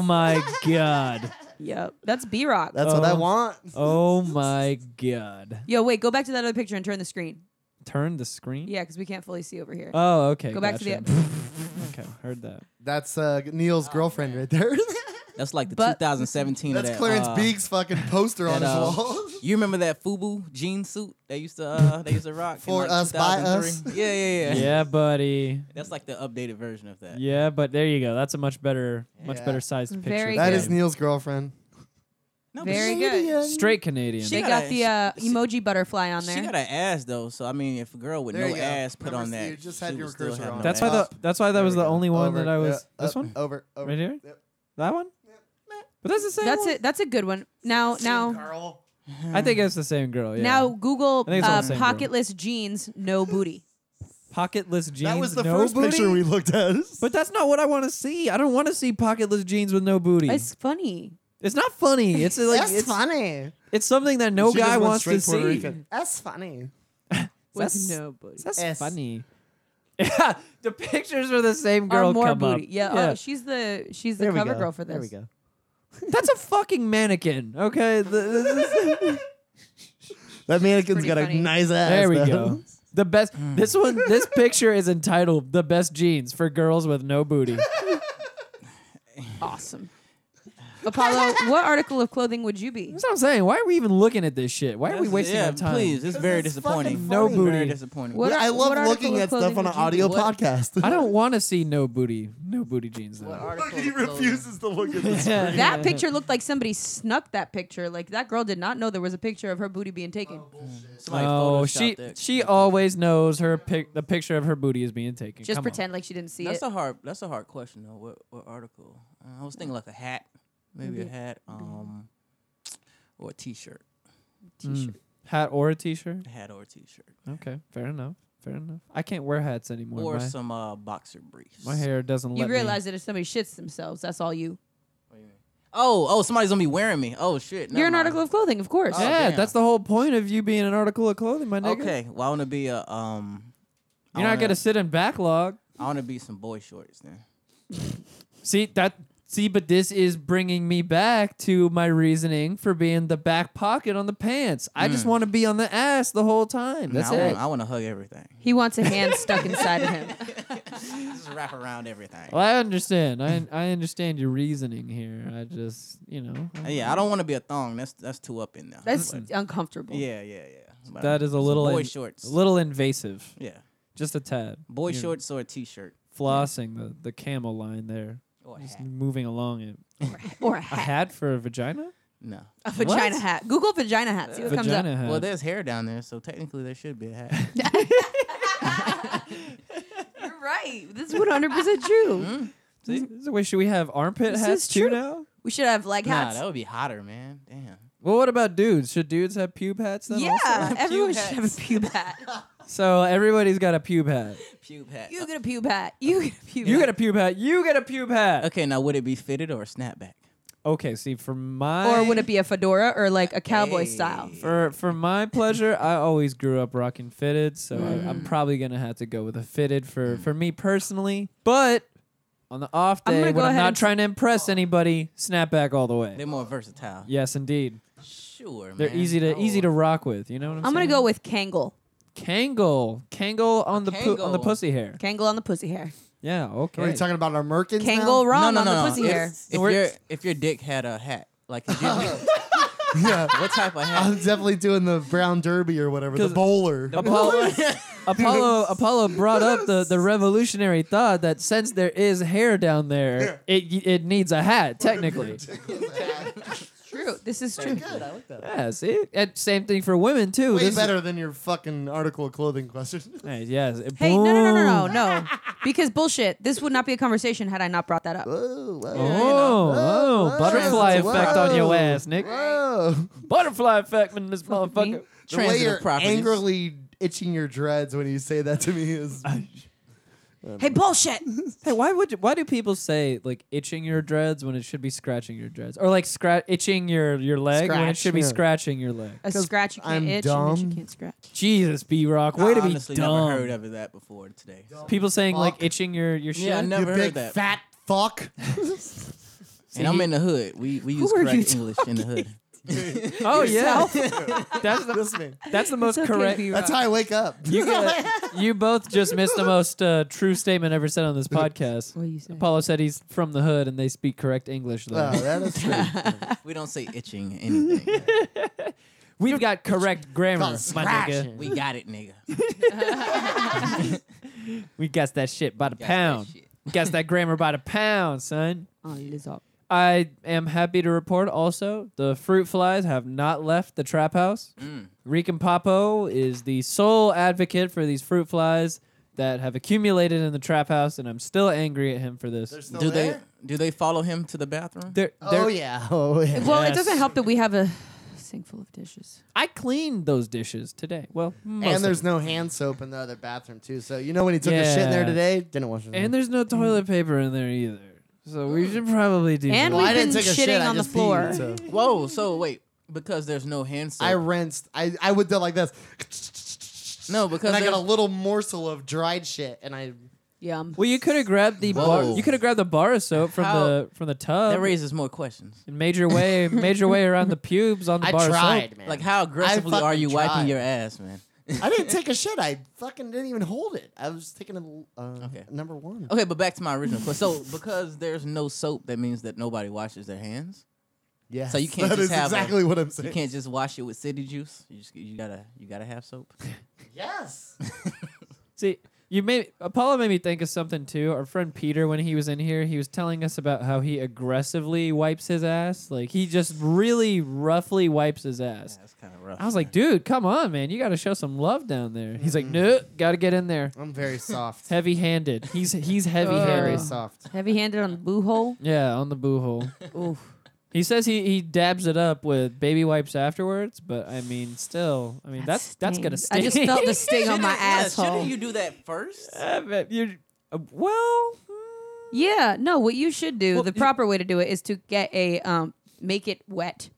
Speaker 2: my god.
Speaker 6: Yep, that's B Rock.
Speaker 1: That's what I
Speaker 2: oh.
Speaker 1: want.
Speaker 2: Oh my god.
Speaker 6: Yo, wait, go back to that other picture and turn the screen.
Speaker 2: Turn the screen.
Speaker 6: Yeah, because we can't fully see over here.
Speaker 2: Oh, okay.
Speaker 6: Go back to the-
Speaker 2: the. okay, heard that.
Speaker 1: That's uh, Neil's girlfriend right there.
Speaker 3: that's like the
Speaker 6: But-
Speaker 3: 2017. of
Speaker 1: That's
Speaker 3: that,
Speaker 1: Clarence
Speaker 3: uh,
Speaker 1: Beek's fucking poster on
Speaker 3: that,
Speaker 1: his
Speaker 3: uh,
Speaker 1: wall.
Speaker 3: You remember that FUBU jean suit they used to uh, they used to rock in,
Speaker 1: For
Speaker 3: like,
Speaker 1: us, by us.
Speaker 3: 2003? Yeah, yeah, yeah.
Speaker 2: Yeah, buddy.
Speaker 3: That's like the updated version of that.
Speaker 2: Yeah, but there you go. That's a much better, much
Speaker 1: Yeah.
Speaker 2: better sized picture.
Speaker 6: Very
Speaker 1: That
Speaker 6: good.
Speaker 1: is Neil's girlfriend.
Speaker 3: No, but
Speaker 6: Very
Speaker 3: she-
Speaker 6: good.
Speaker 2: Straight Canadian.
Speaker 6: They
Speaker 3: She
Speaker 6: got
Speaker 3: got
Speaker 6: the
Speaker 3: a-
Speaker 6: uh,
Speaker 3: she-
Speaker 6: emoji butterfly on
Speaker 3: She
Speaker 6: there.
Speaker 3: got an ass though, so I mean, if a girl with
Speaker 1: There
Speaker 3: no
Speaker 1: you go.
Speaker 3: ass put
Speaker 1: Remember,
Speaker 3: on
Speaker 1: see,
Speaker 3: that,
Speaker 1: you just
Speaker 3: she
Speaker 1: had
Speaker 3: would
Speaker 1: your
Speaker 3: still
Speaker 1: cursor
Speaker 3: have
Speaker 1: on
Speaker 3: no
Speaker 2: that's
Speaker 1: that.
Speaker 2: why
Speaker 3: ass.
Speaker 2: the that's why that was
Speaker 1: There
Speaker 2: the
Speaker 1: we go.
Speaker 2: only one
Speaker 1: Over,
Speaker 2: that I was.
Speaker 1: yeah, Uh,
Speaker 2: this
Speaker 1: up,
Speaker 2: one,
Speaker 1: Over. over.
Speaker 2: right here,
Speaker 1: Yep.
Speaker 2: that one. But that's the same.
Speaker 6: that's
Speaker 2: one.
Speaker 6: it. That's a good one. Now, now,
Speaker 1: Girl.
Speaker 2: I think it's the same girl. Yeah.
Speaker 6: now, Google
Speaker 2: I think it's all
Speaker 6: uh,
Speaker 2: the same girl.
Speaker 6: pocketless jeans, no booty.
Speaker 2: pocketless jeans.
Speaker 1: That was the
Speaker 2: no
Speaker 1: first
Speaker 2: booty?
Speaker 1: picture we looked at.
Speaker 2: But that's not what I want to see. I don't want to see pocketless jeans with no booty.
Speaker 6: It's funny.
Speaker 2: it's not funny. It's like
Speaker 1: That's
Speaker 2: it's,
Speaker 1: funny.
Speaker 2: it's something that no
Speaker 1: She just
Speaker 2: guy
Speaker 1: went
Speaker 2: wants
Speaker 1: straight
Speaker 2: to
Speaker 1: Puerto
Speaker 2: see.
Speaker 1: Rican. That's funny.
Speaker 6: With
Speaker 2: That's-
Speaker 6: no booty.
Speaker 2: That's
Speaker 1: Yes.
Speaker 2: funny. the pictures are the same girl.
Speaker 6: or more
Speaker 2: come
Speaker 6: booty.
Speaker 2: Up.
Speaker 6: Yeah, Oh, she's the she's the
Speaker 1: There we
Speaker 6: cover
Speaker 1: go.
Speaker 6: girl for this.
Speaker 1: There we go.
Speaker 2: That's a fucking mannequin. Okay. The- this is-
Speaker 1: That mannequin's
Speaker 6: Pretty
Speaker 1: got
Speaker 6: funny.
Speaker 1: a nice ass.
Speaker 2: There we
Speaker 1: though.
Speaker 2: go. The best. This one. This picture is entitled "The Best Jeans for Girls with No Booty."
Speaker 6: Awesome. Apollo, what article of clothing would you be?
Speaker 2: That's what I'm saying. Why are we even looking at this shit? Why are we
Speaker 3: That's-
Speaker 2: wasting
Speaker 3: yeah,
Speaker 2: our time?
Speaker 3: Please, it's very
Speaker 1: it's
Speaker 3: disappointing.
Speaker 1: fucking No
Speaker 2: funny.
Speaker 3: Very
Speaker 2: booty.
Speaker 3: disappointing.
Speaker 6: What
Speaker 1: Yeah, I
Speaker 6: ar- what
Speaker 1: love
Speaker 6: article
Speaker 1: looking
Speaker 6: of
Speaker 1: at stuff
Speaker 6: clothing
Speaker 1: on an
Speaker 6: would you be?
Speaker 1: audio
Speaker 6: What-
Speaker 1: podcast.
Speaker 2: I don't want to see no booty, no booty jeans though.
Speaker 1: Look, he refuses to look at this.
Speaker 6: That picture looked like somebody snuck that picture. Like that girl did not know there was a picture of her booty being taken.
Speaker 3: Somebody
Speaker 2: Oh,
Speaker 3: photoshopped
Speaker 2: she
Speaker 3: that.
Speaker 2: she always knows her pic. The picture of her booty is being taken.
Speaker 6: Just
Speaker 2: Come on.
Speaker 6: pretend like she didn't see
Speaker 3: That's
Speaker 6: it.
Speaker 3: a hard. That's a hard question though. What what article? Uh, I was thinking like a hat, maybe, a hat, um, or a t-shirt.
Speaker 6: T-shirt.
Speaker 2: Hat or a t-shirt.
Speaker 3: A hat or a t-shirt,
Speaker 2: Okay, fair enough. Fair enough. I can't wear hats anymore.
Speaker 3: or
Speaker 2: my,
Speaker 3: some uh, boxer briefs.
Speaker 2: my hair doesn't.
Speaker 6: You
Speaker 2: let
Speaker 6: realize that if somebody shits themselves, that's all you.
Speaker 3: Oh, oh, somebody's gonna be wearing me. Oh shit. never
Speaker 6: You're an
Speaker 3: mind.
Speaker 6: article of clothing, of course.
Speaker 2: Me. Yeah,
Speaker 3: damn.
Speaker 2: that's the whole point of you being an article of clothing, my nigga.
Speaker 3: Okay, well I wanna be a um. I
Speaker 2: You're not
Speaker 3: wanna-
Speaker 2: gonna sit in backlog.
Speaker 3: I wanna be some boy shorts then.
Speaker 2: See that? See, but this is bringing me back to my reasoning for being the back pocket on the pants. I just want to be on the ass the whole time. That's
Speaker 3: Nah, I
Speaker 2: it.
Speaker 3: Wanna, I wanna hug everything.
Speaker 6: He wants a hand stuck inside of him.
Speaker 3: Just wrap around everything.
Speaker 2: Well, I understand. I I understand your reasoning here. I just, you know,
Speaker 3: Uh, Yeah, I don't want to be a thong. That's that's too up in there.
Speaker 6: That's
Speaker 3: But-
Speaker 6: uncomfortable.
Speaker 3: yeah, yeah, yeah. But
Speaker 2: that is a
Speaker 3: some
Speaker 2: little
Speaker 3: boy
Speaker 2: in-
Speaker 3: shorts.
Speaker 2: a little invasive,
Speaker 3: yeah,
Speaker 2: just a tad.
Speaker 3: boy
Speaker 2: You're
Speaker 3: shorts or a t-shirt.
Speaker 2: flossing the the camel line there,
Speaker 3: Or a
Speaker 2: just
Speaker 3: hat.
Speaker 2: moving along it.
Speaker 6: Or a
Speaker 2: A
Speaker 6: hat.
Speaker 2: hat for a vagina?
Speaker 3: No.
Speaker 6: A vagina
Speaker 2: What?
Speaker 6: hat. Google vagina hat. See what comes up.
Speaker 2: Vagina hat.
Speaker 3: Well, there's hair down there, so technically there should be a hat.
Speaker 6: You're right. This is 100% true.
Speaker 2: See? So wait, should we have armpit
Speaker 6: This
Speaker 2: hats
Speaker 6: is
Speaker 2: too
Speaker 6: true.
Speaker 2: now?
Speaker 6: We should have like
Speaker 3: nah,
Speaker 6: hats.
Speaker 3: that would be hotter, man. Damn.
Speaker 2: Well, what about dudes? Should dudes have pube hats then? also?
Speaker 6: yeah, everyone
Speaker 3: Pube
Speaker 6: should have a pube hat.
Speaker 2: So everybody's got a pube hat.
Speaker 3: Pube hat.
Speaker 6: You get a pube hat. You get a pube hat.
Speaker 2: You get a pube hat. You get a pube hat.
Speaker 3: Okay, now would it be fitted or a snapback?
Speaker 2: Okay, see, for my
Speaker 6: Or would it be a fedora or like a cowboy style?
Speaker 2: For for my pleasure, I always grew up rocking fitted, so I,
Speaker 6: Mm.
Speaker 2: I'm probably gonna have to go with a fitted for for me personally. But on the off
Speaker 6: I'm
Speaker 2: day,
Speaker 6: gonna
Speaker 2: when
Speaker 6: go
Speaker 2: I'm
Speaker 6: ahead
Speaker 2: not
Speaker 6: and-
Speaker 2: trying to impress anybody, snapback all the
Speaker 3: They're
Speaker 2: way.
Speaker 3: more versatile.
Speaker 2: Yes, indeed,
Speaker 3: Sure, man.
Speaker 2: they're easy to easy to rock with. You know what I'm,
Speaker 6: I'm gonna
Speaker 2: saying?
Speaker 6: go with Kangle.
Speaker 2: Kangle, Kangle on the pu- on the
Speaker 3: Kangol.
Speaker 2: pussy hair.
Speaker 6: Kangle on the pussy hair.
Speaker 2: Yeah, okay.
Speaker 1: Are you talking about our merkins? now?
Speaker 6: Kangle wrong
Speaker 3: no, no,
Speaker 6: on
Speaker 3: no.
Speaker 6: the pussy
Speaker 3: if,
Speaker 6: hair.
Speaker 3: If, your, if your dick had a hat, like it did,
Speaker 1: Yeah.
Speaker 3: what type of
Speaker 1: I'm
Speaker 3: hat?
Speaker 1: definitely doing the brown derby or whatever, the
Speaker 2: 'Cause-
Speaker 1: bowler.
Speaker 2: Apollo, Apollo, Apollo brought up the, the revolutionary thought that since there is hair down there, it it needs a hat technically.
Speaker 6: True. This is true.
Speaker 1: I like that.
Speaker 2: Yeah, see, and same thing for women too.
Speaker 1: Way
Speaker 2: This is-
Speaker 1: better than your fucking article of clothing question.
Speaker 2: Hey, yes. it-
Speaker 6: Hey, no, no, no, no, no,
Speaker 2: boom.
Speaker 6: no. Because bullshit. This would not be a conversation had I not brought that up.
Speaker 1: Whoa, whoa.
Speaker 2: Oh, oh,
Speaker 1: Whoa,
Speaker 2: butterfly
Speaker 1: whoa,
Speaker 2: effect on your ass, Nick.
Speaker 1: Whoa.
Speaker 2: Butterfly effect in this motherfucker.
Speaker 1: The way
Speaker 3: Transitive
Speaker 1: Oh. you're
Speaker 3: properties.
Speaker 1: angrily itching your dreads when you say that to me is
Speaker 6: Hey, bullshit.
Speaker 2: Hey, why would you, why do people say like itching your dreads when it should be scratching your dreads, or like scratch itching your your leg when it
Speaker 1: Scratch,
Speaker 2: should be
Speaker 1: yeah.
Speaker 2: scratching your leg?
Speaker 6: A scratch you can't
Speaker 1: I'm
Speaker 6: itch and itch
Speaker 1: dumb.
Speaker 6: you can't scratch.
Speaker 2: Jesus, B Rock, way
Speaker 3: I
Speaker 2: to be
Speaker 3: honestly
Speaker 2: dumb.
Speaker 3: never heard of that before today.
Speaker 2: people saying like
Speaker 1: Fuck.
Speaker 2: itching your your shit.
Speaker 3: Yeah, I
Speaker 1: you
Speaker 3: never
Speaker 1: big
Speaker 3: heard that.
Speaker 1: fat fuck.
Speaker 3: and I'm in the hood. We we use
Speaker 6: are you
Speaker 3: correct English in the hood.
Speaker 2: oh yeah, that's the,
Speaker 1: Listen,
Speaker 2: that's the most
Speaker 6: It's okay,
Speaker 2: correct.
Speaker 6: B-Rock.
Speaker 1: that's how I wake up.
Speaker 2: You get a- you both just missed the most uh, true statement ever said on this podcast.
Speaker 6: What do you say?
Speaker 2: Apollo said he's from the hood and they speak correct English though.
Speaker 1: Oh, that is true.
Speaker 3: We don't say itching anything.
Speaker 2: We've got correct grammar,
Speaker 1: Called
Speaker 2: my nigga.
Speaker 1: scratching.
Speaker 3: we got it, nigga.
Speaker 2: We guess that shit by the
Speaker 3: that
Speaker 2: pound.
Speaker 3: shit.
Speaker 2: Guess that grammar by the pound, son.
Speaker 6: Oh, it is up.
Speaker 2: I am happy to report also the fruit flies have not left the trap house.
Speaker 1: Mm.
Speaker 2: Reek and Papo is the sole advocate for these fruit flies that have accumulated in the trap house, and I'm still angry at him for this.
Speaker 3: Do they do they follow him to the bathroom?
Speaker 2: They're-
Speaker 1: Oh
Speaker 2: they're-
Speaker 1: yeah. Oh yeah.
Speaker 6: Well,
Speaker 2: Yes.
Speaker 6: it doesn't help that we have a sink full of dishes.
Speaker 2: I cleaned those dishes today. Well, most of
Speaker 1: and there's
Speaker 2: them.
Speaker 1: no hand soap in the other bathroom too. So you know when he took a shit
Speaker 2: Yeah.
Speaker 1: in there today, didn't wash it.
Speaker 2: and there's no toilet paper in there either. So we should probably do.
Speaker 6: And
Speaker 2: something.
Speaker 1: well,
Speaker 6: we've
Speaker 1: I didn't
Speaker 6: been
Speaker 1: take a
Speaker 6: shitting
Speaker 1: shit. I
Speaker 6: on the
Speaker 1: just
Speaker 6: floor.
Speaker 1: Peed, so.
Speaker 3: Whoa, so wait, because there's no hand soap.
Speaker 1: I rinsed. I I would do like this,
Speaker 3: no, because
Speaker 1: and I got a
Speaker 3: there's-
Speaker 1: little morsel of dried shit, and I
Speaker 6: Yum.
Speaker 2: Well, you could have grabbed the bar,
Speaker 3: Whoa.
Speaker 2: you could have grabbed the bar of soap from
Speaker 3: How-
Speaker 2: the from the tub.
Speaker 3: That raises more questions.
Speaker 2: and made your way made your way around the pubes on the
Speaker 1: I
Speaker 2: bar of soap.
Speaker 1: tried, man.
Speaker 3: Like, how aggressively
Speaker 1: fucking
Speaker 3: are you
Speaker 1: tried.
Speaker 3: wiping your ass, man?
Speaker 1: I didn't take a shit. I fucking didn't even hold it. I was taking a uh,
Speaker 3: Okay.
Speaker 1: number one.
Speaker 3: Okay, but back to my original question. So, because there's no soap, that means that nobody washes their hands.
Speaker 1: Yeah.
Speaker 3: So you can't
Speaker 1: That is
Speaker 3: just have a-
Speaker 1: exactly what I'm saying.
Speaker 3: You can't just wash it with city juice. You just you gotta you gotta have soap.
Speaker 1: Yes.
Speaker 2: See, you made Apollo made me think of something too. Our friend Peter, when he was in here, he was telling us about how he aggressively wipes his ass. Like he just really roughly wipes his ass.
Speaker 3: That's kind of rough.
Speaker 2: I was like, dude, come on, man, you got to show some love down there. He's like, no, got to get in there.
Speaker 1: I'm very soft.
Speaker 2: Heavy handed. He's he's heavy
Speaker 1: very
Speaker 2: handed.
Speaker 1: soft.
Speaker 6: Heavy-handed on the boo hole.
Speaker 2: Yeah, on the boo hole.
Speaker 6: Oof.
Speaker 2: He says he, he dabs it up with baby wipes afterwards, but I mean, still, I mean that's that's gonna
Speaker 6: stings. I
Speaker 2: sting.
Speaker 6: just felt the sting on my asshole.
Speaker 3: Shouldn't you do that first?
Speaker 2: Uh, but you're uh, well. hmm.
Speaker 6: Yeah, no. What you should do,
Speaker 2: Well,
Speaker 6: the
Speaker 2: you-
Speaker 6: proper way to do it, is to get a um, make it wet.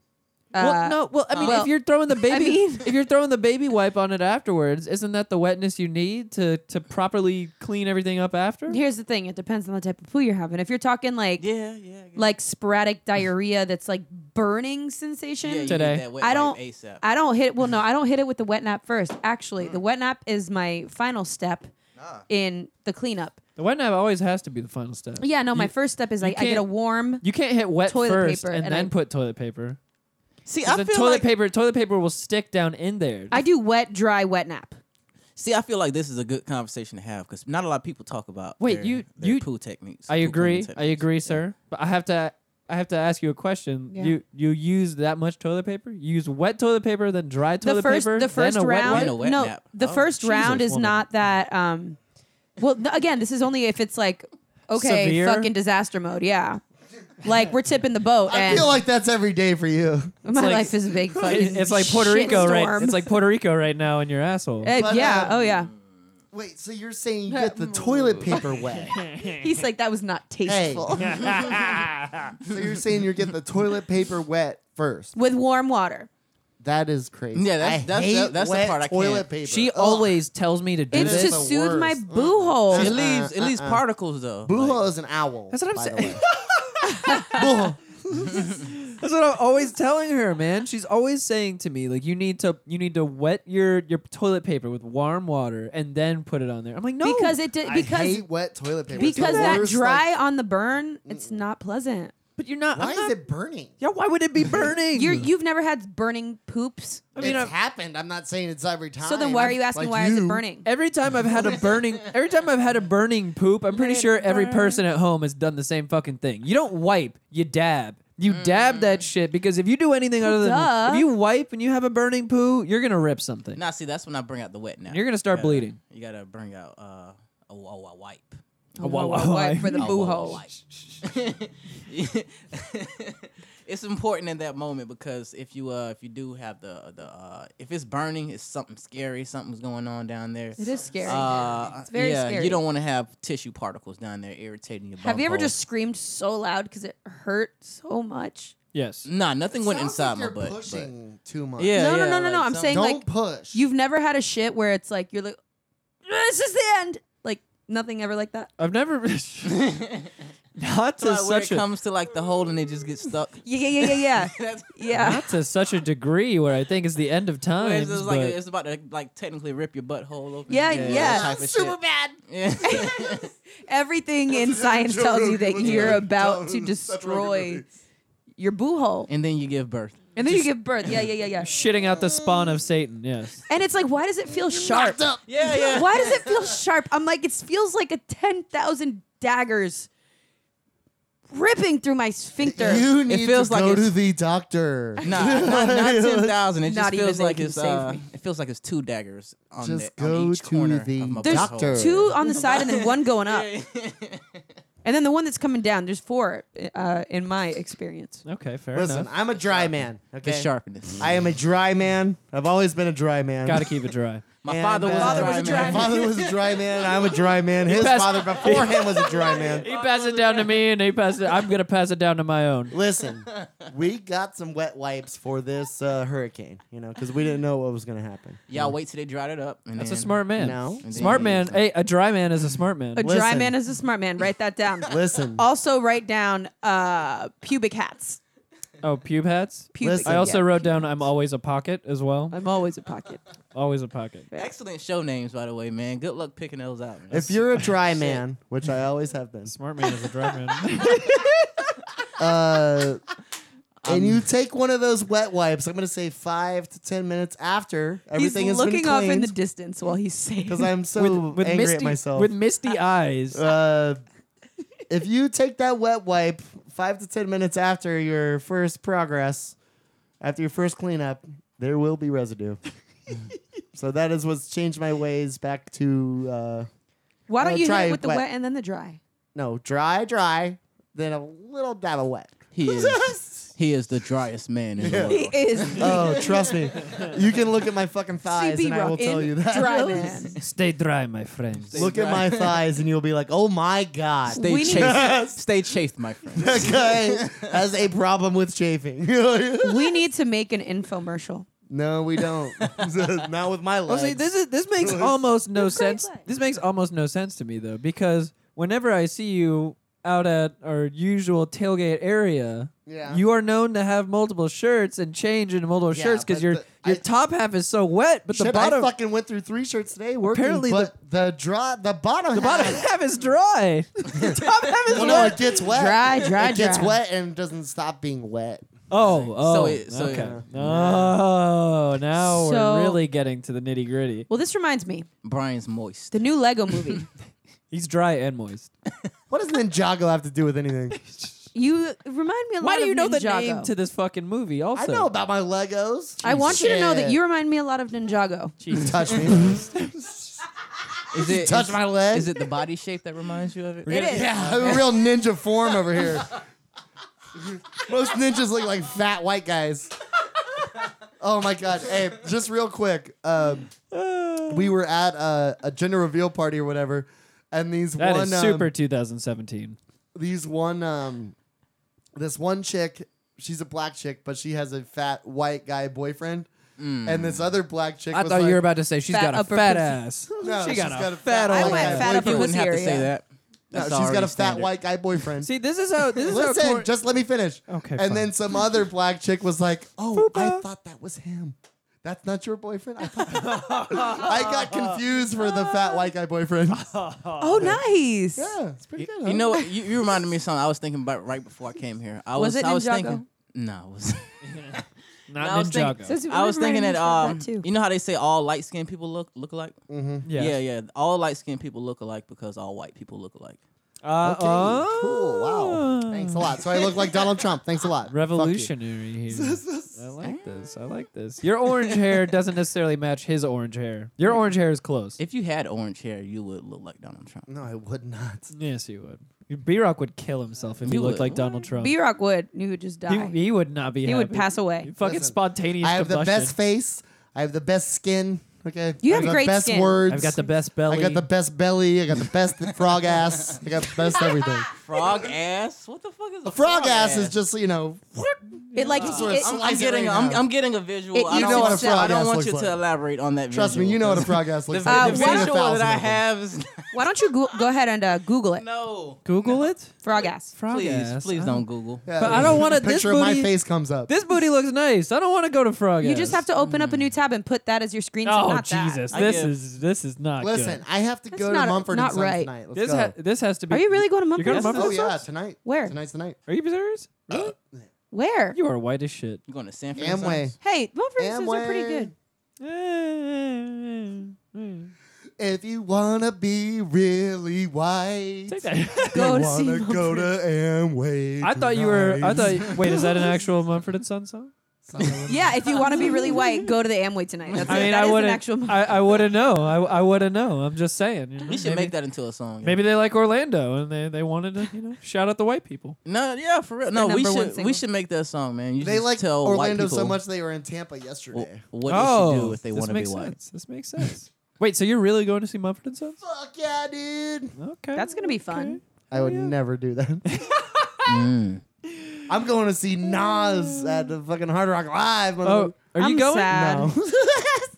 Speaker 6: Uh,
Speaker 2: well, no. Well, I mean,
Speaker 6: well,
Speaker 2: if you're throwing the baby,
Speaker 6: mean-
Speaker 2: if you're throwing the baby wipe on it afterwards, isn't that the wetness you need to to properly clean everything up after?
Speaker 6: Here's the thing: it depends on the type of poo you're having. If you're talking like
Speaker 3: Yeah, yeah. I guess.
Speaker 6: like sporadic diarrhea that's like burning sensation,
Speaker 3: yeah, you need
Speaker 2: Today.
Speaker 3: that wet
Speaker 6: I
Speaker 3: wipe
Speaker 6: don't-
Speaker 3: ASAP.
Speaker 6: I don't hit it. Well, no, I don't hit it with the wet nap first. Actually,
Speaker 1: Mm.
Speaker 6: the wet nap is my final step
Speaker 1: Ah.
Speaker 6: in the cleanup.
Speaker 2: The wet nap always has to be the final step.
Speaker 6: Yeah, no, my
Speaker 2: You-
Speaker 6: first step is I, I get
Speaker 2: can't-
Speaker 6: a warm.
Speaker 2: You can't hit wet
Speaker 6: Toilet
Speaker 2: first
Speaker 6: paper,
Speaker 2: and,
Speaker 6: and
Speaker 2: then
Speaker 6: I-
Speaker 2: put toilet paper.
Speaker 3: see,
Speaker 2: 'Cause
Speaker 3: I
Speaker 2: the
Speaker 3: feel
Speaker 2: toilet
Speaker 3: like
Speaker 2: paper toilet paper will stick down in there.
Speaker 6: I do wet, dry, wet nap.
Speaker 3: see, I feel like this is a good conversation to have because not a lot of people talk about.
Speaker 2: Wait,
Speaker 3: their,
Speaker 2: you-
Speaker 3: their
Speaker 2: you-
Speaker 3: poo techniques.
Speaker 2: I
Speaker 3: poo-pooing
Speaker 2: agree. I
Speaker 3: techniques.
Speaker 2: agree, sir. But I have to I have to ask you a question.
Speaker 6: Yeah.
Speaker 2: You you use that much toilet paper? You use wet toilet paper, then dry toilet
Speaker 6: the first,
Speaker 2: paper,
Speaker 6: The first
Speaker 2: then a wet
Speaker 6: round,
Speaker 2: wipe?
Speaker 3: Then a wet
Speaker 6: no,
Speaker 3: nap.
Speaker 6: the
Speaker 3: Oh,
Speaker 6: first
Speaker 2: Jesus,
Speaker 6: round is
Speaker 2: woman.
Speaker 6: not that. Um, well, th- again, this is only if it's like okay,
Speaker 2: Severe?
Speaker 6: fucking disaster mode. Yeah, like we're tipping the boat,
Speaker 1: I
Speaker 6: and
Speaker 1: feel like that's every day for you.
Speaker 6: my
Speaker 2: like-
Speaker 6: life is a big
Speaker 2: It-
Speaker 6: fucking.
Speaker 2: it's like Puerto Rico right.
Speaker 6: shitstorm.
Speaker 2: It's like Puerto Rico right now in your asshole.
Speaker 6: Uh,
Speaker 1: But,
Speaker 6: yeah.
Speaker 1: um,
Speaker 6: oh yeah.
Speaker 1: Wait, so you're saying you get the toilet paper wet?
Speaker 6: He's like that was not tasteful.
Speaker 1: So you're saying you're getting the toilet paper wet first?
Speaker 6: With warm water.
Speaker 1: That is crazy.
Speaker 3: Yeah, that's-
Speaker 1: I
Speaker 3: that's-
Speaker 1: hate
Speaker 3: that- that's the
Speaker 1: wet
Speaker 3: part I can't.
Speaker 1: toilet paper. Oh,
Speaker 2: she
Speaker 1: Ugh.
Speaker 2: always tells me to do
Speaker 6: It's
Speaker 1: is
Speaker 2: this.
Speaker 6: to
Speaker 1: the
Speaker 6: soothe my
Speaker 1: worst. Uh-huh.
Speaker 6: boo hole.
Speaker 3: It leaves it leaves
Speaker 1: uh-uh.
Speaker 3: particles though.
Speaker 1: Buho
Speaker 3: Like,
Speaker 1: is an owl.
Speaker 2: That's what I'm
Speaker 1: by the
Speaker 2: saying.
Speaker 1: way. Buho.
Speaker 2: That's what I'm always telling her, man. She's always saying to me, like, you need to you need to wet your your toilet paper with warm water and then put it on there. I'm like, no,
Speaker 6: Because it did,
Speaker 1: I
Speaker 6: because
Speaker 1: hate wet toilet paper. It's the
Speaker 6: because that
Speaker 1: worst,
Speaker 6: dry
Speaker 1: like-
Speaker 6: on the burn, it's not pleasant.
Speaker 2: but you're not.
Speaker 1: why
Speaker 2: I'm not
Speaker 1: is it burning?
Speaker 2: yeah, why would it be burning?
Speaker 6: You're
Speaker 1: Mm.
Speaker 6: you've never had burning poops.
Speaker 2: I mean,
Speaker 1: it's
Speaker 2: I've-
Speaker 1: happened. I'm not saying it's every time.
Speaker 6: So then why are you asking
Speaker 1: Like
Speaker 6: why is it
Speaker 1: you.
Speaker 6: burning?
Speaker 2: every time I've had a burning, every time I've had a burning poop, I'm pretty sure every person at home has done the same fucking thing. You don't wipe, you dab. You dab that shit because if you do anything other than
Speaker 6: Mm. Duh.
Speaker 2: if you wipe and you have a burning poo, you're gonna rip something.
Speaker 3: Now, see, that's when I bring out the wet nap.
Speaker 2: You're gonna start
Speaker 3: You gotta-
Speaker 2: bleeding.
Speaker 3: You gotta bring out uh, a, a, a wipe.
Speaker 2: Oh,
Speaker 6: Why-
Speaker 2: why-
Speaker 6: why-
Speaker 2: why?
Speaker 6: why for the
Speaker 3: Oh,
Speaker 6: boo
Speaker 3: why-
Speaker 6: hole.
Speaker 3: why? it's important in that moment because if you uh if you do have the the uh if it's burning, it's something scary, something's going on down there.
Speaker 6: It is scary.
Speaker 3: Uh,
Speaker 6: It's very
Speaker 3: yeah,
Speaker 6: scary.
Speaker 3: you don't want to have tissue particles down there irritating your.
Speaker 6: Have you ever
Speaker 1: uh-huh.
Speaker 3: bunghole.
Speaker 6: just screamed so loud because it hurt so much?
Speaker 2: Yes.
Speaker 3: Nah, nothing went
Speaker 1: Sounds
Speaker 3: inside
Speaker 1: like
Speaker 3: my
Speaker 1: you're
Speaker 3: butt. but-
Speaker 1: Pushing too much.
Speaker 3: Yeah,
Speaker 6: No, no,
Speaker 3: yeah,
Speaker 6: no, no, no,
Speaker 3: like
Speaker 6: I'm
Speaker 3: something-
Speaker 6: saying,
Speaker 1: Don't
Speaker 6: like,
Speaker 1: push.
Speaker 6: You've never had a shit where it's like you're like, this is the end. Like nothing ever like that.
Speaker 2: I've never not to
Speaker 3: Like, when
Speaker 2: such
Speaker 3: it
Speaker 2: a
Speaker 3: comes to like the hole and they just get stuck.
Speaker 6: Yeah, yeah, yeah, yeah, yeah.
Speaker 3: That's
Speaker 6: yeah.
Speaker 2: not to such a degree where I think it's the end of time.
Speaker 3: it's just like it's about to like technically rip your butthole open.
Speaker 6: Yeah,
Speaker 3: that
Speaker 6: yeah.
Speaker 1: Uh,
Speaker 3: type of
Speaker 5: Super
Speaker 3: shit.
Speaker 5: bad.
Speaker 3: Yeah.
Speaker 6: Everything in science tells you that you're about to destroy your boo hole.
Speaker 3: and then you give birth.
Speaker 6: And then you give birth. Yeah, yeah, yeah, yeah.
Speaker 2: shitting out the spawn of Satan. Yes.
Speaker 6: And it's like, why does it feel sharp?
Speaker 1: Up.
Speaker 3: Yeah, yeah.
Speaker 6: Why does it feel sharp? I'm like, it feels like a 10,000 daggers ripping through my sphincter.
Speaker 1: You need
Speaker 3: feels
Speaker 1: to
Speaker 3: like
Speaker 1: go
Speaker 3: it's-
Speaker 1: to the doctor.
Speaker 3: Nah, not, not ten thousand. It
Speaker 6: Not
Speaker 3: just feels
Speaker 6: even
Speaker 3: like
Speaker 6: they can
Speaker 3: it's
Speaker 6: save
Speaker 3: uh,
Speaker 6: me.
Speaker 3: it feels like it's two daggers on,
Speaker 1: Just
Speaker 3: the, on
Speaker 1: go
Speaker 3: each
Speaker 1: to
Speaker 3: corner
Speaker 1: the
Speaker 3: of my
Speaker 6: There's
Speaker 3: butthole.
Speaker 1: doctor.
Speaker 6: two on the side and then one going up. And then the one that's coming down, there's four uh, in my experience.
Speaker 2: Okay, fair
Speaker 1: Listen,
Speaker 2: enough.
Speaker 1: I'm a dry man. Okay.
Speaker 3: The sharpness.
Speaker 1: I am a dry man. I've always been a dry man.
Speaker 2: Gotta keep it dry.
Speaker 3: My
Speaker 1: And,
Speaker 3: father was a
Speaker 1: uh,
Speaker 3: dry
Speaker 6: was a
Speaker 3: man.
Speaker 1: My father was a dry man. I'm a dry man. His
Speaker 2: passed-
Speaker 1: father before him was a dry man.
Speaker 2: He passed it down to me, and he passed it. I'm gonna pass it down to my own.
Speaker 1: Listen, we got some wet wipes for this uh, hurricane, you know, because we didn't know what was going to happen.
Speaker 3: Y'all wait till they dried it up. And
Speaker 2: That's a
Speaker 3: then-
Speaker 2: smart man.
Speaker 1: No.
Speaker 3: and
Speaker 2: Smart
Speaker 3: then-
Speaker 2: man. Hey, a dry man is a smart man.
Speaker 6: A dry
Speaker 1: Listen.
Speaker 6: man is a smart man. Write that down.
Speaker 1: Listen,
Speaker 6: also, write down uh, pubic hats.
Speaker 2: Oh, pube hats.
Speaker 6: Pubic.
Speaker 1: Listen.
Speaker 2: I also
Speaker 6: yeah.
Speaker 2: wrote down I'm always a pocket as well.
Speaker 6: I'm always a pocket.
Speaker 2: Always a pocket.
Speaker 3: Excellent show names, by the way, man. Good luck picking those out. Man.
Speaker 1: if you're a dry man, which I always have been,
Speaker 2: Smart man is a dry man.
Speaker 1: uh, and you take one of those wet wipes, I'm going to say five to ten minutes after everything
Speaker 6: he's
Speaker 1: has
Speaker 6: looking
Speaker 1: been
Speaker 6: off in the
Speaker 1: cleaned,
Speaker 6: distance while he's saying.
Speaker 1: because I'm so
Speaker 2: with with
Speaker 1: angry
Speaker 2: misty
Speaker 1: at myself.
Speaker 2: with misty eyes.
Speaker 1: uh, if you take that wet wipe five to ten minutes after your first progress, after your first cleanup, there will be residue. so that is what's changed my ways back to uh,
Speaker 6: Why don't
Speaker 1: I'll
Speaker 6: you hit
Speaker 1: try
Speaker 6: it with the
Speaker 1: wet.
Speaker 6: wet and then the dry?
Speaker 1: no dry, dry, then a little dab of wet.
Speaker 3: he is he is the driest man in the
Speaker 6: He
Speaker 3: world.
Speaker 6: is
Speaker 1: Oh, trust me, you can look at my fucking thighs,
Speaker 6: CB
Speaker 1: and I will
Speaker 6: rock
Speaker 1: tell
Speaker 6: in
Speaker 1: you that.
Speaker 6: dry man.
Speaker 2: Stay dry, my friends.
Speaker 3: Stay
Speaker 1: Look at
Speaker 3: dry.
Speaker 1: my thighs, and you'll be like, "Oh my god."
Speaker 3: Stay
Speaker 6: We need-
Speaker 3: chafed. Stay chafed, my friend.
Speaker 1: Okay, has a problem with chafing.
Speaker 6: We need to make an infomercial.
Speaker 1: no, we don't. Not with my legs.
Speaker 2: Well, see, this is this makes almost no sense. This makes almost no sense to me though, because whenever I see you out at our usual tailgate area,
Speaker 1: Yeah.
Speaker 2: you are known to have multiple shirts and change into multiple
Speaker 1: Yeah,
Speaker 2: shirts
Speaker 1: but
Speaker 2: because your
Speaker 1: the-
Speaker 2: your
Speaker 1: I-
Speaker 2: top half is so wet, but the
Speaker 1: Shit,
Speaker 2: bottom
Speaker 1: I fucking went through three shirts today. Working,
Speaker 2: Apparently
Speaker 1: but the, draw the bottom
Speaker 2: the bottom
Speaker 1: half-
Speaker 2: half is dry. the top half is
Speaker 1: well, no,
Speaker 2: wet.
Speaker 1: it gets wet.
Speaker 6: Dry, dry,
Speaker 1: It gets
Speaker 6: dry.
Speaker 1: wet and doesn't stop being wet.
Speaker 2: Oh, oh,
Speaker 3: So it- so
Speaker 2: okay.
Speaker 3: it-
Speaker 2: Oh, now
Speaker 6: So-
Speaker 2: we're really getting to the nitty gritty.
Speaker 6: Well, this reminds me
Speaker 3: Brian's moist.
Speaker 6: the new Lego movie.
Speaker 2: He's dry and moist.
Speaker 1: What does Ninjago have to do with anything?
Speaker 6: you remind me a lot.
Speaker 2: Why do
Speaker 6: of
Speaker 2: you know the
Speaker 6: Ninjago.
Speaker 2: name to this fucking movie? Also,
Speaker 1: I know about my Legos.
Speaker 6: I want you to know that
Speaker 1: Shit.
Speaker 6: you remind me a lot of Ninjago.
Speaker 2: Jesus.
Speaker 1: touch me.
Speaker 3: Is it
Speaker 1: touch
Speaker 3: is-
Speaker 1: my leg.
Speaker 3: Is it the body shape that reminds you of it?
Speaker 6: It is.
Speaker 1: Yeah, I'm a real ninja form over here. Most ninjas look like fat white guys. Oh my god! Hey, just real quick, um, we were at a, a gender reveal party or whatever, and these
Speaker 2: That
Speaker 1: one
Speaker 2: is
Speaker 1: um,
Speaker 2: super 2017.
Speaker 1: these one um this one chick she's a black chick but she has a fat white guy boyfriend and this other black chick
Speaker 2: I
Speaker 1: was
Speaker 2: thought
Speaker 1: like-
Speaker 2: you were about to say she's
Speaker 6: Fat
Speaker 2: got a
Speaker 6: upper
Speaker 2: fat
Speaker 6: pussy.
Speaker 2: ass.
Speaker 1: No,
Speaker 2: she
Speaker 1: she's
Speaker 2: got a
Speaker 1: got a
Speaker 2: fat.
Speaker 1: fat
Speaker 2: old
Speaker 6: I went
Speaker 2: ass.
Speaker 6: fat
Speaker 3: You
Speaker 6: upper
Speaker 3: wouldn't have to
Speaker 6: area.
Speaker 3: say that.
Speaker 1: no,
Speaker 3: That's
Speaker 1: she's got
Speaker 3: already
Speaker 1: a fat
Speaker 3: standard.
Speaker 1: white guy boyfriend
Speaker 2: See, this is how this is how.
Speaker 1: Listen,
Speaker 2: cor-
Speaker 1: just let me finish.
Speaker 2: Okay,
Speaker 1: And
Speaker 2: fine.
Speaker 1: then some other black chick was like, "Oh, I
Speaker 2: Fupa.
Speaker 1: thought that was him. That's not your boyfriend." I, thought I got confused for the fat white guy boyfriend.
Speaker 6: Oh, nice.
Speaker 1: yeah, it's pretty good.
Speaker 3: You know, what? you, you reminded me of something I was thinking about right before I came here. I was,
Speaker 6: Was it
Speaker 3: I was
Speaker 6: Ninjago?
Speaker 3: thinking. No, it was. I
Speaker 2: not
Speaker 3: was thinking-
Speaker 2: Ninjago.
Speaker 6: Says you
Speaker 3: I was
Speaker 6: remember
Speaker 3: thinking that um,
Speaker 6: Ninjago too.
Speaker 3: you know how they say all light skinned people look look alike.
Speaker 2: Yeah.
Speaker 3: Yeah, yeah. All light skinned people look alike because all white people look alike.
Speaker 2: Uh,
Speaker 1: Okay,
Speaker 2: oh.
Speaker 1: cool. Wow, thanks a lot. So I look like Donald Trump. Thanks a lot. Fuck you.
Speaker 2: Revolutionary here. I like this. I like this. Your orange hair doesn't necessarily match his orange hair. Your orange hair is close.
Speaker 3: If you had orange hair, you would look like Donald Trump.
Speaker 1: No, I would not.
Speaker 2: yes, you would. B Rock would kill himself if he
Speaker 3: You
Speaker 2: looked
Speaker 3: would.
Speaker 2: like Donald Trump.
Speaker 6: B Rock would. He would just
Speaker 2: he,
Speaker 6: die.
Speaker 2: he would not be.
Speaker 6: He would
Speaker 2: happy.
Speaker 6: pass away.
Speaker 2: Fucking
Speaker 1: Listen,
Speaker 2: spontaneous
Speaker 1: I have the
Speaker 2: combustion.
Speaker 1: best face. I have the best skin. Okay.
Speaker 6: You
Speaker 1: I
Speaker 6: have
Speaker 1: the
Speaker 6: great
Speaker 1: best
Speaker 6: skin.
Speaker 1: words.
Speaker 2: I've got the best belly.
Speaker 1: I got the best belly. I got the best frog ass. I got the best everything.
Speaker 3: Frog ass? What the fuck is a
Speaker 1: Frog ass is just you know.
Speaker 6: it like
Speaker 1: Just
Speaker 6: it-
Speaker 1: wanna
Speaker 6: it-
Speaker 1: slice
Speaker 3: I'm
Speaker 1: it
Speaker 3: getting,
Speaker 1: right
Speaker 3: I'm,
Speaker 1: now.
Speaker 3: I'm getting a visual.
Speaker 6: It-
Speaker 3: I
Speaker 6: you
Speaker 3: don't
Speaker 6: know what a
Speaker 3: want you to-
Speaker 1: frog
Speaker 3: I don't
Speaker 1: ass
Speaker 3: want
Speaker 1: looks
Speaker 3: you
Speaker 1: like.
Speaker 3: to elaborate on that.
Speaker 1: Trust me,
Speaker 3: visual,
Speaker 1: you know what a
Speaker 3: 'cause
Speaker 1: frog ass looks
Speaker 3: The,
Speaker 1: like.
Speaker 6: Uh,
Speaker 3: the
Speaker 1: You've seen it a
Speaker 3: visual that
Speaker 1: thousand
Speaker 3: I
Speaker 1: of them.
Speaker 3: have is
Speaker 6: why don't you go, go ahead and uh, Google it?
Speaker 3: no.
Speaker 2: Google it.
Speaker 6: Frog ass.
Speaker 2: Frog
Speaker 3: Please,
Speaker 2: ass.
Speaker 3: please
Speaker 2: I
Speaker 3: don't Google.
Speaker 1: Yeah,
Speaker 2: But I don't wanna-
Speaker 1: a
Speaker 2: this
Speaker 1: picture of my
Speaker 2: booty-
Speaker 1: face comes up.
Speaker 2: This booty looks nice. I don't want to go to Frog.
Speaker 6: You just have to open up a new tab and put that as your screen. so
Speaker 2: Oh
Speaker 6: not that.
Speaker 2: Jesus!
Speaker 3: I
Speaker 2: This
Speaker 3: give-
Speaker 2: is this is not
Speaker 1: Listen,
Speaker 2: good.
Speaker 1: I have to go to
Speaker 6: not-
Speaker 1: Mumford and
Speaker 6: not
Speaker 1: Sons
Speaker 6: right.
Speaker 1: tonight. Let's
Speaker 2: This
Speaker 1: go.
Speaker 2: ha- this has to be.
Speaker 6: Are you really going to
Speaker 2: You're going
Speaker 6: Mumford?
Speaker 2: to
Speaker 6: and
Speaker 2: Mumford
Speaker 1: oh
Speaker 6: Sons?
Speaker 2: and
Speaker 1: yeah,
Speaker 2: Sons?
Speaker 1: tonight.
Speaker 6: Where?
Speaker 1: Tonight's the night.
Speaker 2: Are you serious?
Speaker 3: Uh,
Speaker 6: Where?
Speaker 2: You are white as shit.
Speaker 3: You going to San Francisco?
Speaker 1: Amway.
Speaker 6: Hey, Mumford and Sons are pretty
Speaker 1: Amway.
Speaker 6: good.
Speaker 1: If you wanna be really white,
Speaker 2: Take that.
Speaker 6: Go
Speaker 1: you
Speaker 6: to see
Speaker 1: wanna go to Amway.
Speaker 2: I thought you were. I
Speaker 1: tonight.
Speaker 2: thought. Wait, is that an actual Mumford and Son song?
Speaker 6: Yeah, if you want to be really white, go to the Amway tonight. That's
Speaker 2: I
Speaker 6: it.
Speaker 2: mean,
Speaker 6: That
Speaker 2: I
Speaker 6: is an
Speaker 2: wouldn't.
Speaker 6: actual.
Speaker 2: I, I wouldn't know. I, I wouldn't know. I'm just saying. You know,
Speaker 3: You should
Speaker 2: maybe,
Speaker 3: make that into a song.
Speaker 2: Maybe they like Orlando and they, they wanted to you know shout out the white people.
Speaker 3: No, yeah, for real. No,
Speaker 6: their
Speaker 3: we
Speaker 6: number one
Speaker 3: should
Speaker 6: single.
Speaker 3: we should make that song, man. You
Speaker 1: They
Speaker 3: should
Speaker 1: like
Speaker 3: tell white
Speaker 1: Orlando
Speaker 3: people
Speaker 1: so much they were in Tampa yesterday.
Speaker 3: wh- what
Speaker 2: oh,
Speaker 3: they should do if they
Speaker 2: this
Speaker 3: want to be
Speaker 2: makes
Speaker 3: white.
Speaker 2: sense. This makes sense. Wait, so you're really going to see Mumford and Sons?
Speaker 1: Fuck yeah, dude.
Speaker 2: Okay.
Speaker 6: That's gonna be fun.
Speaker 1: I would never do that. I'm going to see Nas at the fucking Hard Rock Live.
Speaker 2: Oh, are
Speaker 6: I'm
Speaker 2: you going?
Speaker 6: sad.
Speaker 1: No.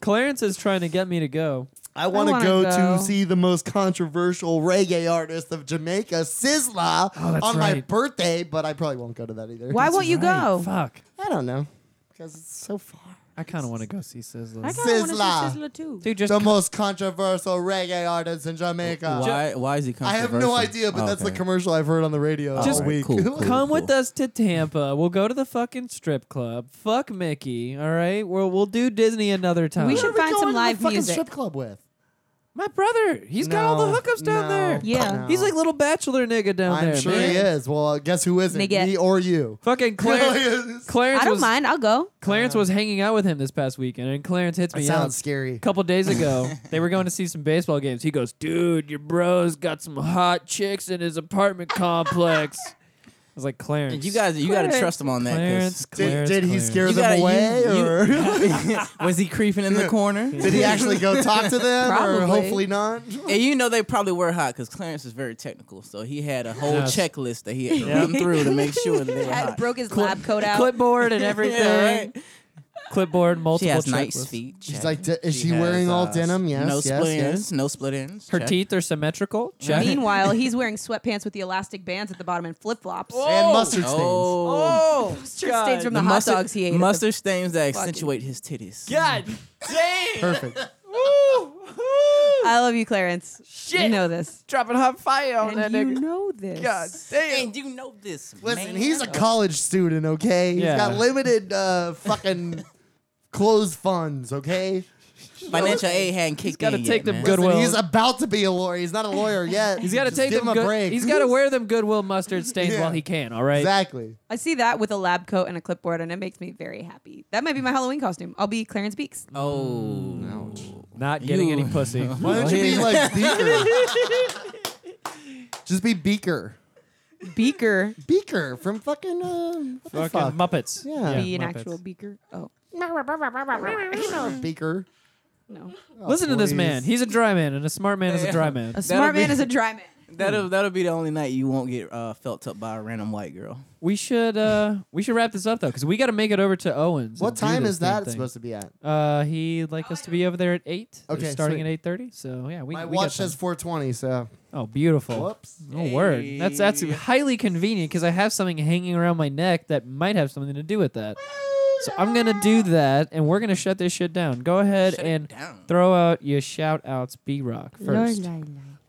Speaker 2: Clarence is trying to get me to go.
Speaker 1: I want to
Speaker 6: wanna
Speaker 1: go,
Speaker 6: go.
Speaker 1: to see the most controversial reggae artist of Jamaica, Sizzla,
Speaker 2: that's
Speaker 1: on my
Speaker 2: right.
Speaker 1: birthday, but I probably won't go to that either.
Speaker 6: Why won't you go?
Speaker 2: Fuck.
Speaker 1: I don't know. Because it's so far.
Speaker 2: I kind of want to go see Sizzla.
Speaker 6: I kinda wanna see
Speaker 1: Sizzla.
Speaker 6: Sizzla too.
Speaker 2: Dude, just
Speaker 1: The most controversial reggae artist in Jamaica.
Speaker 3: Why? Why is he
Speaker 1: I
Speaker 3: controversial?
Speaker 1: have no idea, but
Speaker 3: Oh,
Speaker 1: that's the
Speaker 3: okay.
Speaker 1: commercial I've heard on the radio all
Speaker 2: Just-
Speaker 1: week.
Speaker 3: cool, cool.
Speaker 2: come with us to Tampa. We'll go to the fucking strip club. Fuck Mickey. All right. We'll we'll do Disney another time.
Speaker 6: We
Speaker 1: Who are
Speaker 6: should
Speaker 1: we
Speaker 6: find
Speaker 1: going
Speaker 6: some
Speaker 1: to the
Speaker 6: live
Speaker 1: fucking
Speaker 6: music.
Speaker 1: strip club with.
Speaker 2: My brother. he's got all
Speaker 1: No,
Speaker 2: the hookups down
Speaker 1: no,
Speaker 2: there.
Speaker 6: Yeah.
Speaker 1: no.
Speaker 2: He's like little bachelor nigga down
Speaker 1: I'm
Speaker 2: there.
Speaker 1: sure
Speaker 2: man.
Speaker 1: he is. Well, uh, guess who isn't?
Speaker 6: Nigga.
Speaker 1: Me or you.
Speaker 2: Fucking
Speaker 1: Really
Speaker 2: Clarence.
Speaker 1: is.
Speaker 2: Clarence
Speaker 6: I don't
Speaker 2: was
Speaker 6: mind. I'll go.
Speaker 2: Clarence was hanging out with him this past weekend, and Clarence hits
Speaker 1: That
Speaker 2: me
Speaker 1: sounds
Speaker 2: up.
Speaker 1: scary.
Speaker 2: A couple days ago, they were going to see some baseball games. He goes, "Dude, your bro's got some hot chicks in his apartment complex." I was like, "Clarence,
Speaker 3: You guys, you gotta
Speaker 2: Clarence,
Speaker 3: trust him on that. 'cause
Speaker 1: Did,
Speaker 2: Clarence, Clarence,
Speaker 1: did he
Speaker 2: Clarence.
Speaker 1: scare
Speaker 3: you
Speaker 1: them
Speaker 3: gotta- you-
Speaker 1: away?
Speaker 3: you-
Speaker 1: or
Speaker 3: was he creeping in the corner?
Speaker 1: Did he actually go talk to them? Or
Speaker 6: Probably.
Speaker 1: hopefully not.
Speaker 3: And you know they probably were hot because Clarence is very technical, so he had a whole
Speaker 2: Yes.
Speaker 3: checklist that he had to run through to make sure that they were
Speaker 6: I
Speaker 3: hot.
Speaker 6: broke his lab coat out.
Speaker 2: clipboard and everything?
Speaker 3: Yeah, right.
Speaker 2: Clipboard, multiple.
Speaker 3: She has
Speaker 2: checklists.
Speaker 3: nice feet.
Speaker 1: She's
Speaker 3: check.
Speaker 1: like, "D- is she,
Speaker 3: has,
Speaker 1: wearing all
Speaker 3: uh,
Speaker 1: denim? Yes,
Speaker 3: No
Speaker 1: yes,
Speaker 3: split ends.
Speaker 1: yes.
Speaker 3: No split ends.
Speaker 2: Her
Speaker 3: check.
Speaker 2: teeth are symmetrical. Check.
Speaker 6: Meanwhile, he's wearing sweatpants with the elastic bands at the bottom and flip flops.
Speaker 1: And mustard stains.
Speaker 3: Oh,
Speaker 6: Stains from the, hot
Speaker 3: mustard,
Speaker 6: dogs he ate. at the-
Speaker 3: Mustard stains that accentuate his titties.
Speaker 2: God dang!
Speaker 1: Perfect.
Speaker 6: I love you, Clarence. You know this.
Speaker 2: Dropping hot fire on
Speaker 6: And you know this.
Speaker 3: Damn, you know this.
Speaker 1: Listen,
Speaker 3: man.
Speaker 1: he's a college student, okay? He's
Speaker 2: Yeah.
Speaker 1: got limited uh, fucking closed funds, okay?
Speaker 3: financial aid hadn't kicked
Speaker 2: gotta
Speaker 3: in
Speaker 2: take
Speaker 3: yet,
Speaker 2: them
Speaker 3: man.
Speaker 2: good-
Speaker 1: Listen,
Speaker 2: Goodwill.
Speaker 1: he's about to be a lawyer. He's not a lawyer yet.
Speaker 2: He's got to
Speaker 1: Just
Speaker 2: take
Speaker 1: give
Speaker 2: them.
Speaker 1: him a
Speaker 2: good-
Speaker 1: break.
Speaker 2: He's got to wear them Goodwill mustard stains
Speaker 1: Yeah.
Speaker 2: while he can. All right.
Speaker 1: exactly.
Speaker 6: I see that with a lab coat and a clipboard, and it makes me very happy. That might be my Halloween costume. I'll be Clarence Beaks.
Speaker 3: Oh,
Speaker 2: Not getting
Speaker 3: You-
Speaker 2: any pussy.
Speaker 1: Why don't you be like Beaker? Just be Beaker.
Speaker 6: Beaker.
Speaker 1: Beaker from fucking uh, what the
Speaker 2: Fucking
Speaker 1: fuck?
Speaker 2: Muppets.
Speaker 1: Yeah.
Speaker 6: be an
Speaker 2: Muppets.
Speaker 6: actual beaker. Oh,
Speaker 1: Beaker.
Speaker 6: no.
Speaker 2: Listen to this
Speaker 1: please.
Speaker 2: man. He's a dry man, and a smart man is a dry man.
Speaker 6: A smart man
Speaker 3: be-
Speaker 6: is a dry man.
Speaker 3: that'll that'll be the only night you won't get uh, felt up by a random white girl.
Speaker 2: We should uh we should wrap this up though, because we got to make it over to Owens.
Speaker 1: What time is that supposed to be at?
Speaker 2: to? Uh, he'd like us to be over there at eight. They're
Speaker 1: Okay,
Speaker 2: starting
Speaker 1: sweet.
Speaker 2: at eight thirty. So yeah, we.
Speaker 1: My
Speaker 2: we
Speaker 1: watch
Speaker 2: got time.
Speaker 1: says 420, so
Speaker 2: Oh, beautiful.
Speaker 1: whoops.
Speaker 2: Oh, word. That's that's highly convenient because I have something hanging around my neck that might have something to do with that. So I'm gonna do that, and we're gonna shut this shit down. Go ahead
Speaker 3: Shut it
Speaker 2: and
Speaker 3: down.
Speaker 2: throw out your shout outs, B Rock first.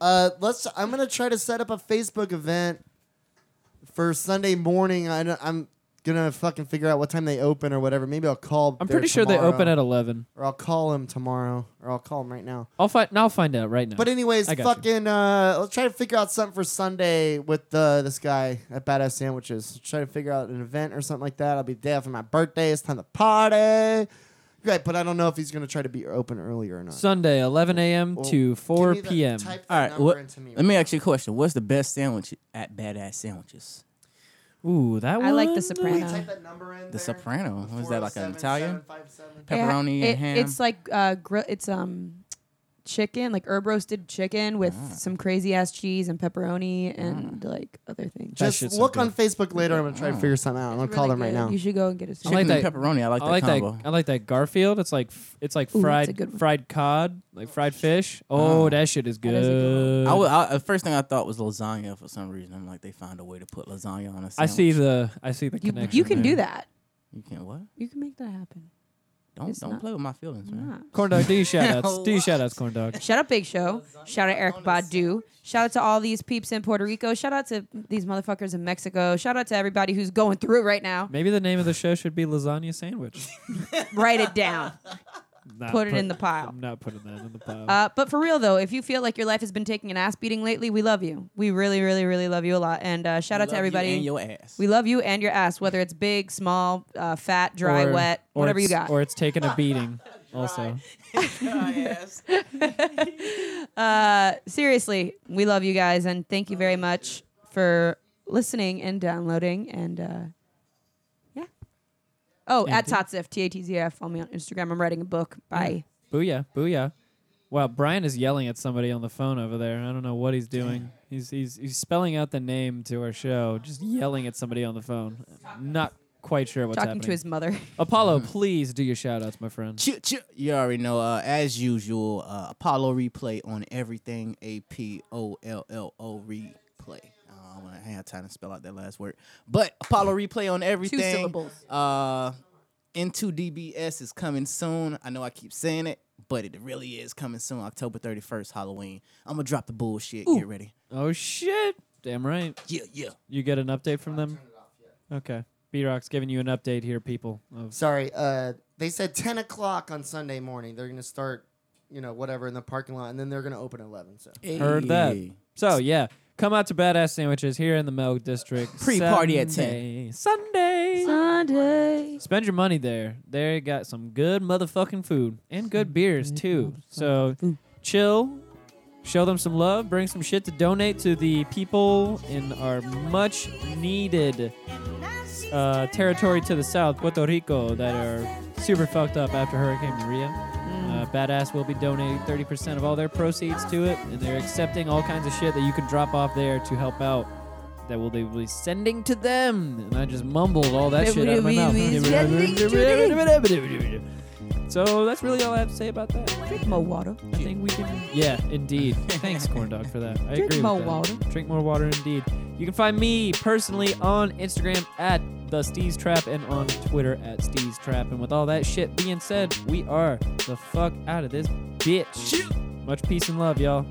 Speaker 1: Uh, let's. I'm gonna try to set up a Facebook event for Sunday morning. I, don't- I'm gonna fucking figure out what time they open or whatever. Maybe I'll call.
Speaker 2: I'm
Speaker 1: there
Speaker 2: pretty sure they
Speaker 1: tomorrow,
Speaker 2: open at eleven.
Speaker 1: Or I'll call him tomorrow, or I'll call him right now.
Speaker 2: I'll find. I'll find out right now.
Speaker 1: But anyways,
Speaker 2: I got you.
Speaker 1: fucking. Uh, let's try to figure out something for Sunday with uh, this guy at Badass Sandwiches. Try to figure out an event or something like that. I'll be there for my birthday. It's time to party. Right, but I don't know if he's gonna try to be open earlier or not.
Speaker 2: Sunday, 11 a.m.
Speaker 1: Well,
Speaker 2: to
Speaker 1: Oh, give
Speaker 2: 4
Speaker 1: me that-
Speaker 2: p.m.
Speaker 1: type that
Speaker 3: All right,
Speaker 1: number
Speaker 3: what,
Speaker 1: into me.
Speaker 3: let me ask you a question. What's the best sandwich at Badass Sandwiches?
Speaker 2: Ooh, that one.
Speaker 6: I like the
Speaker 2: uh,
Speaker 1: Can
Speaker 6: Soprano.
Speaker 1: you type that number in
Speaker 3: The
Speaker 1: there?
Speaker 3: Soprano.
Speaker 1: The
Speaker 3: What is that, like an
Speaker 1: 407,
Speaker 3: Italian?
Speaker 1: 757?
Speaker 3: Pepperoni
Speaker 6: It-
Speaker 3: and ham.
Speaker 6: It's like uh, grill. It's um, chicken, like herb roasted chicken with
Speaker 3: Ah.
Speaker 6: some crazy ass cheese and pepperoni and like other things.
Speaker 2: That
Speaker 1: Just
Speaker 2: shit's so
Speaker 1: look
Speaker 2: good.
Speaker 1: on Facebook later. I'm gonna try to figure something out. I'm gonna call
Speaker 6: Really
Speaker 1: them right
Speaker 6: good.
Speaker 1: now.
Speaker 6: You should go and get a
Speaker 2: like
Speaker 6: sandwich.
Speaker 3: Chicken and
Speaker 2: that-
Speaker 3: pepperoni. I like
Speaker 2: I
Speaker 3: that
Speaker 2: like
Speaker 3: combo.
Speaker 2: that. I like that Garfield. It's like f- it's like
Speaker 6: Ooh, that's a
Speaker 2: fried
Speaker 6: good one.
Speaker 2: fried cod, like fried fish. Oh, that shit is good.
Speaker 6: is a good
Speaker 3: I, would, I the first thing I thought was lasagna for some reason. I'm like they found a way to put lasagna on a sandwich.
Speaker 2: I see the I see the
Speaker 6: You,
Speaker 2: connection.
Speaker 6: you can do
Speaker 2: there.
Speaker 6: that.
Speaker 3: You can't what?
Speaker 6: You can make that happen.
Speaker 3: Don't
Speaker 6: It's
Speaker 3: don't
Speaker 6: not-
Speaker 3: play with my feelings, man.
Speaker 6: Not.
Speaker 2: Corn dog, do you shout outs? Do you shout outs, corn dog?
Speaker 6: Shout out Big Show. Shout out Eric Badu. Shout out to all these peeps in Puerto Rico. Shout out to these motherfuckers in Mexico. Shout out to everybody who's going through it right now.
Speaker 2: Maybe the name of the show should be Lasagna Sandwich.
Speaker 6: Write it down.
Speaker 2: Not
Speaker 6: Put it in the pile.
Speaker 2: I'm not putting that in the pile.
Speaker 6: Uh, but for real though, if you feel like your life has been taking an ass beating lately, we love you. We really, really, really love you a lot. And uh, shout out
Speaker 3: Love
Speaker 6: to
Speaker 3: you
Speaker 6: everybody.
Speaker 3: and your ass.
Speaker 6: we love you and your ass, whether it's big, small, uh, fat, dry,
Speaker 2: Or-
Speaker 6: wet,
Speaker 2: or
Speaker 6: whatever you
Speaker 2: it's-
Speaker 6: got.
Speaker 2: Or it's taking a beating. Also,
Speaker 6: Uh, seriously, we love you guys and thank you very much for listening and downloading and uh, yeah. Oh, at Tatsif, T A T Z F. Follow me on Instagram. I'm writing a book. Bye.
Speaker 2: booyah, booyah. Wow, Brian is yelling at somebody on the phone over there. I don't know what he's doing. He's he's he's spelling out the name to our show, just yelling at somebody on the phone. Not quite sure what's
Speaker 6: Talking
Speaker 2: happening.
Speaker 6: to his mother.
Speaker 2: Apollo, please do your shout outs, my friend.
Speaker 3: Choo, choo. You already know, uh, as usual, uh, Apollo replay on everything. A P O L L O replay. Uh, when I had time to spell out that last word, but Apollo replay on everything.
Speaker 6: syllables.
Speaker 3: Uh, Into DBS is coming soon. I know I keep saying it, but it really is coming soon. October thirty first, Halloween. I'm gonna drop the bullshit. Get ready.
Speaker 2: Oh shit. Damn right.
Speaker 3: Yeah, yeah.
Speaker 2: You get an update from them? Okay. B Rock's giving you an update here, people. Of
Speaker 1: Sorry, uh, they said 10 o'clock on Sunday morning. They're going to start, you know, whatever in the parking lot, and then they're going to open at 11. So
Speaker 2: Heard that.
Speaker 3: Hey.
Speaker 2: So yeah, come out to Badass Sandwiches here in the Milk District.
Speaker 3: Pre-party at
Speaker 2: Sunday-
Speaker 3: 10.
Speaker 2: Sunday.
Speaker 6: Sunday.
Speaker 2: Spend your money there. They got some good motherfucking food and good beers too. So chill, show them some love, bring some shit to donate to the people in our much needed uh, territory to the south, Puerto Rico, that are super fucked up after Hurricane Maria. Uh, Badass will be donating 30% of all their proceeds to it, and they're accepting all kinds of shit that you can drop off there to help out. That will they will be sending to them, and I just mumbled all that
Speaker 6: That
Speaker 2: shit out of my
Speaker 6: we will be sending to
Speaker 2: mouth. So that's really all I have to say about that.
Speaker 6: Drink more water.
Speaker 2: I think we can. Yeah, indeed. Thanks, Corn Dog, for that. I
Speaker 6: Drink
Speaker 2: agree
Speaker 6: more
Speaker 2: with that.
Speaker 6: water.
Speaker 2: Drink more water, indeed. You can find me personally on Instagram at the Steez Trap and on Twitter at Steez Trap. And with all that shit being said, we are the fuck out of this bitch. Much peace and love, y'all.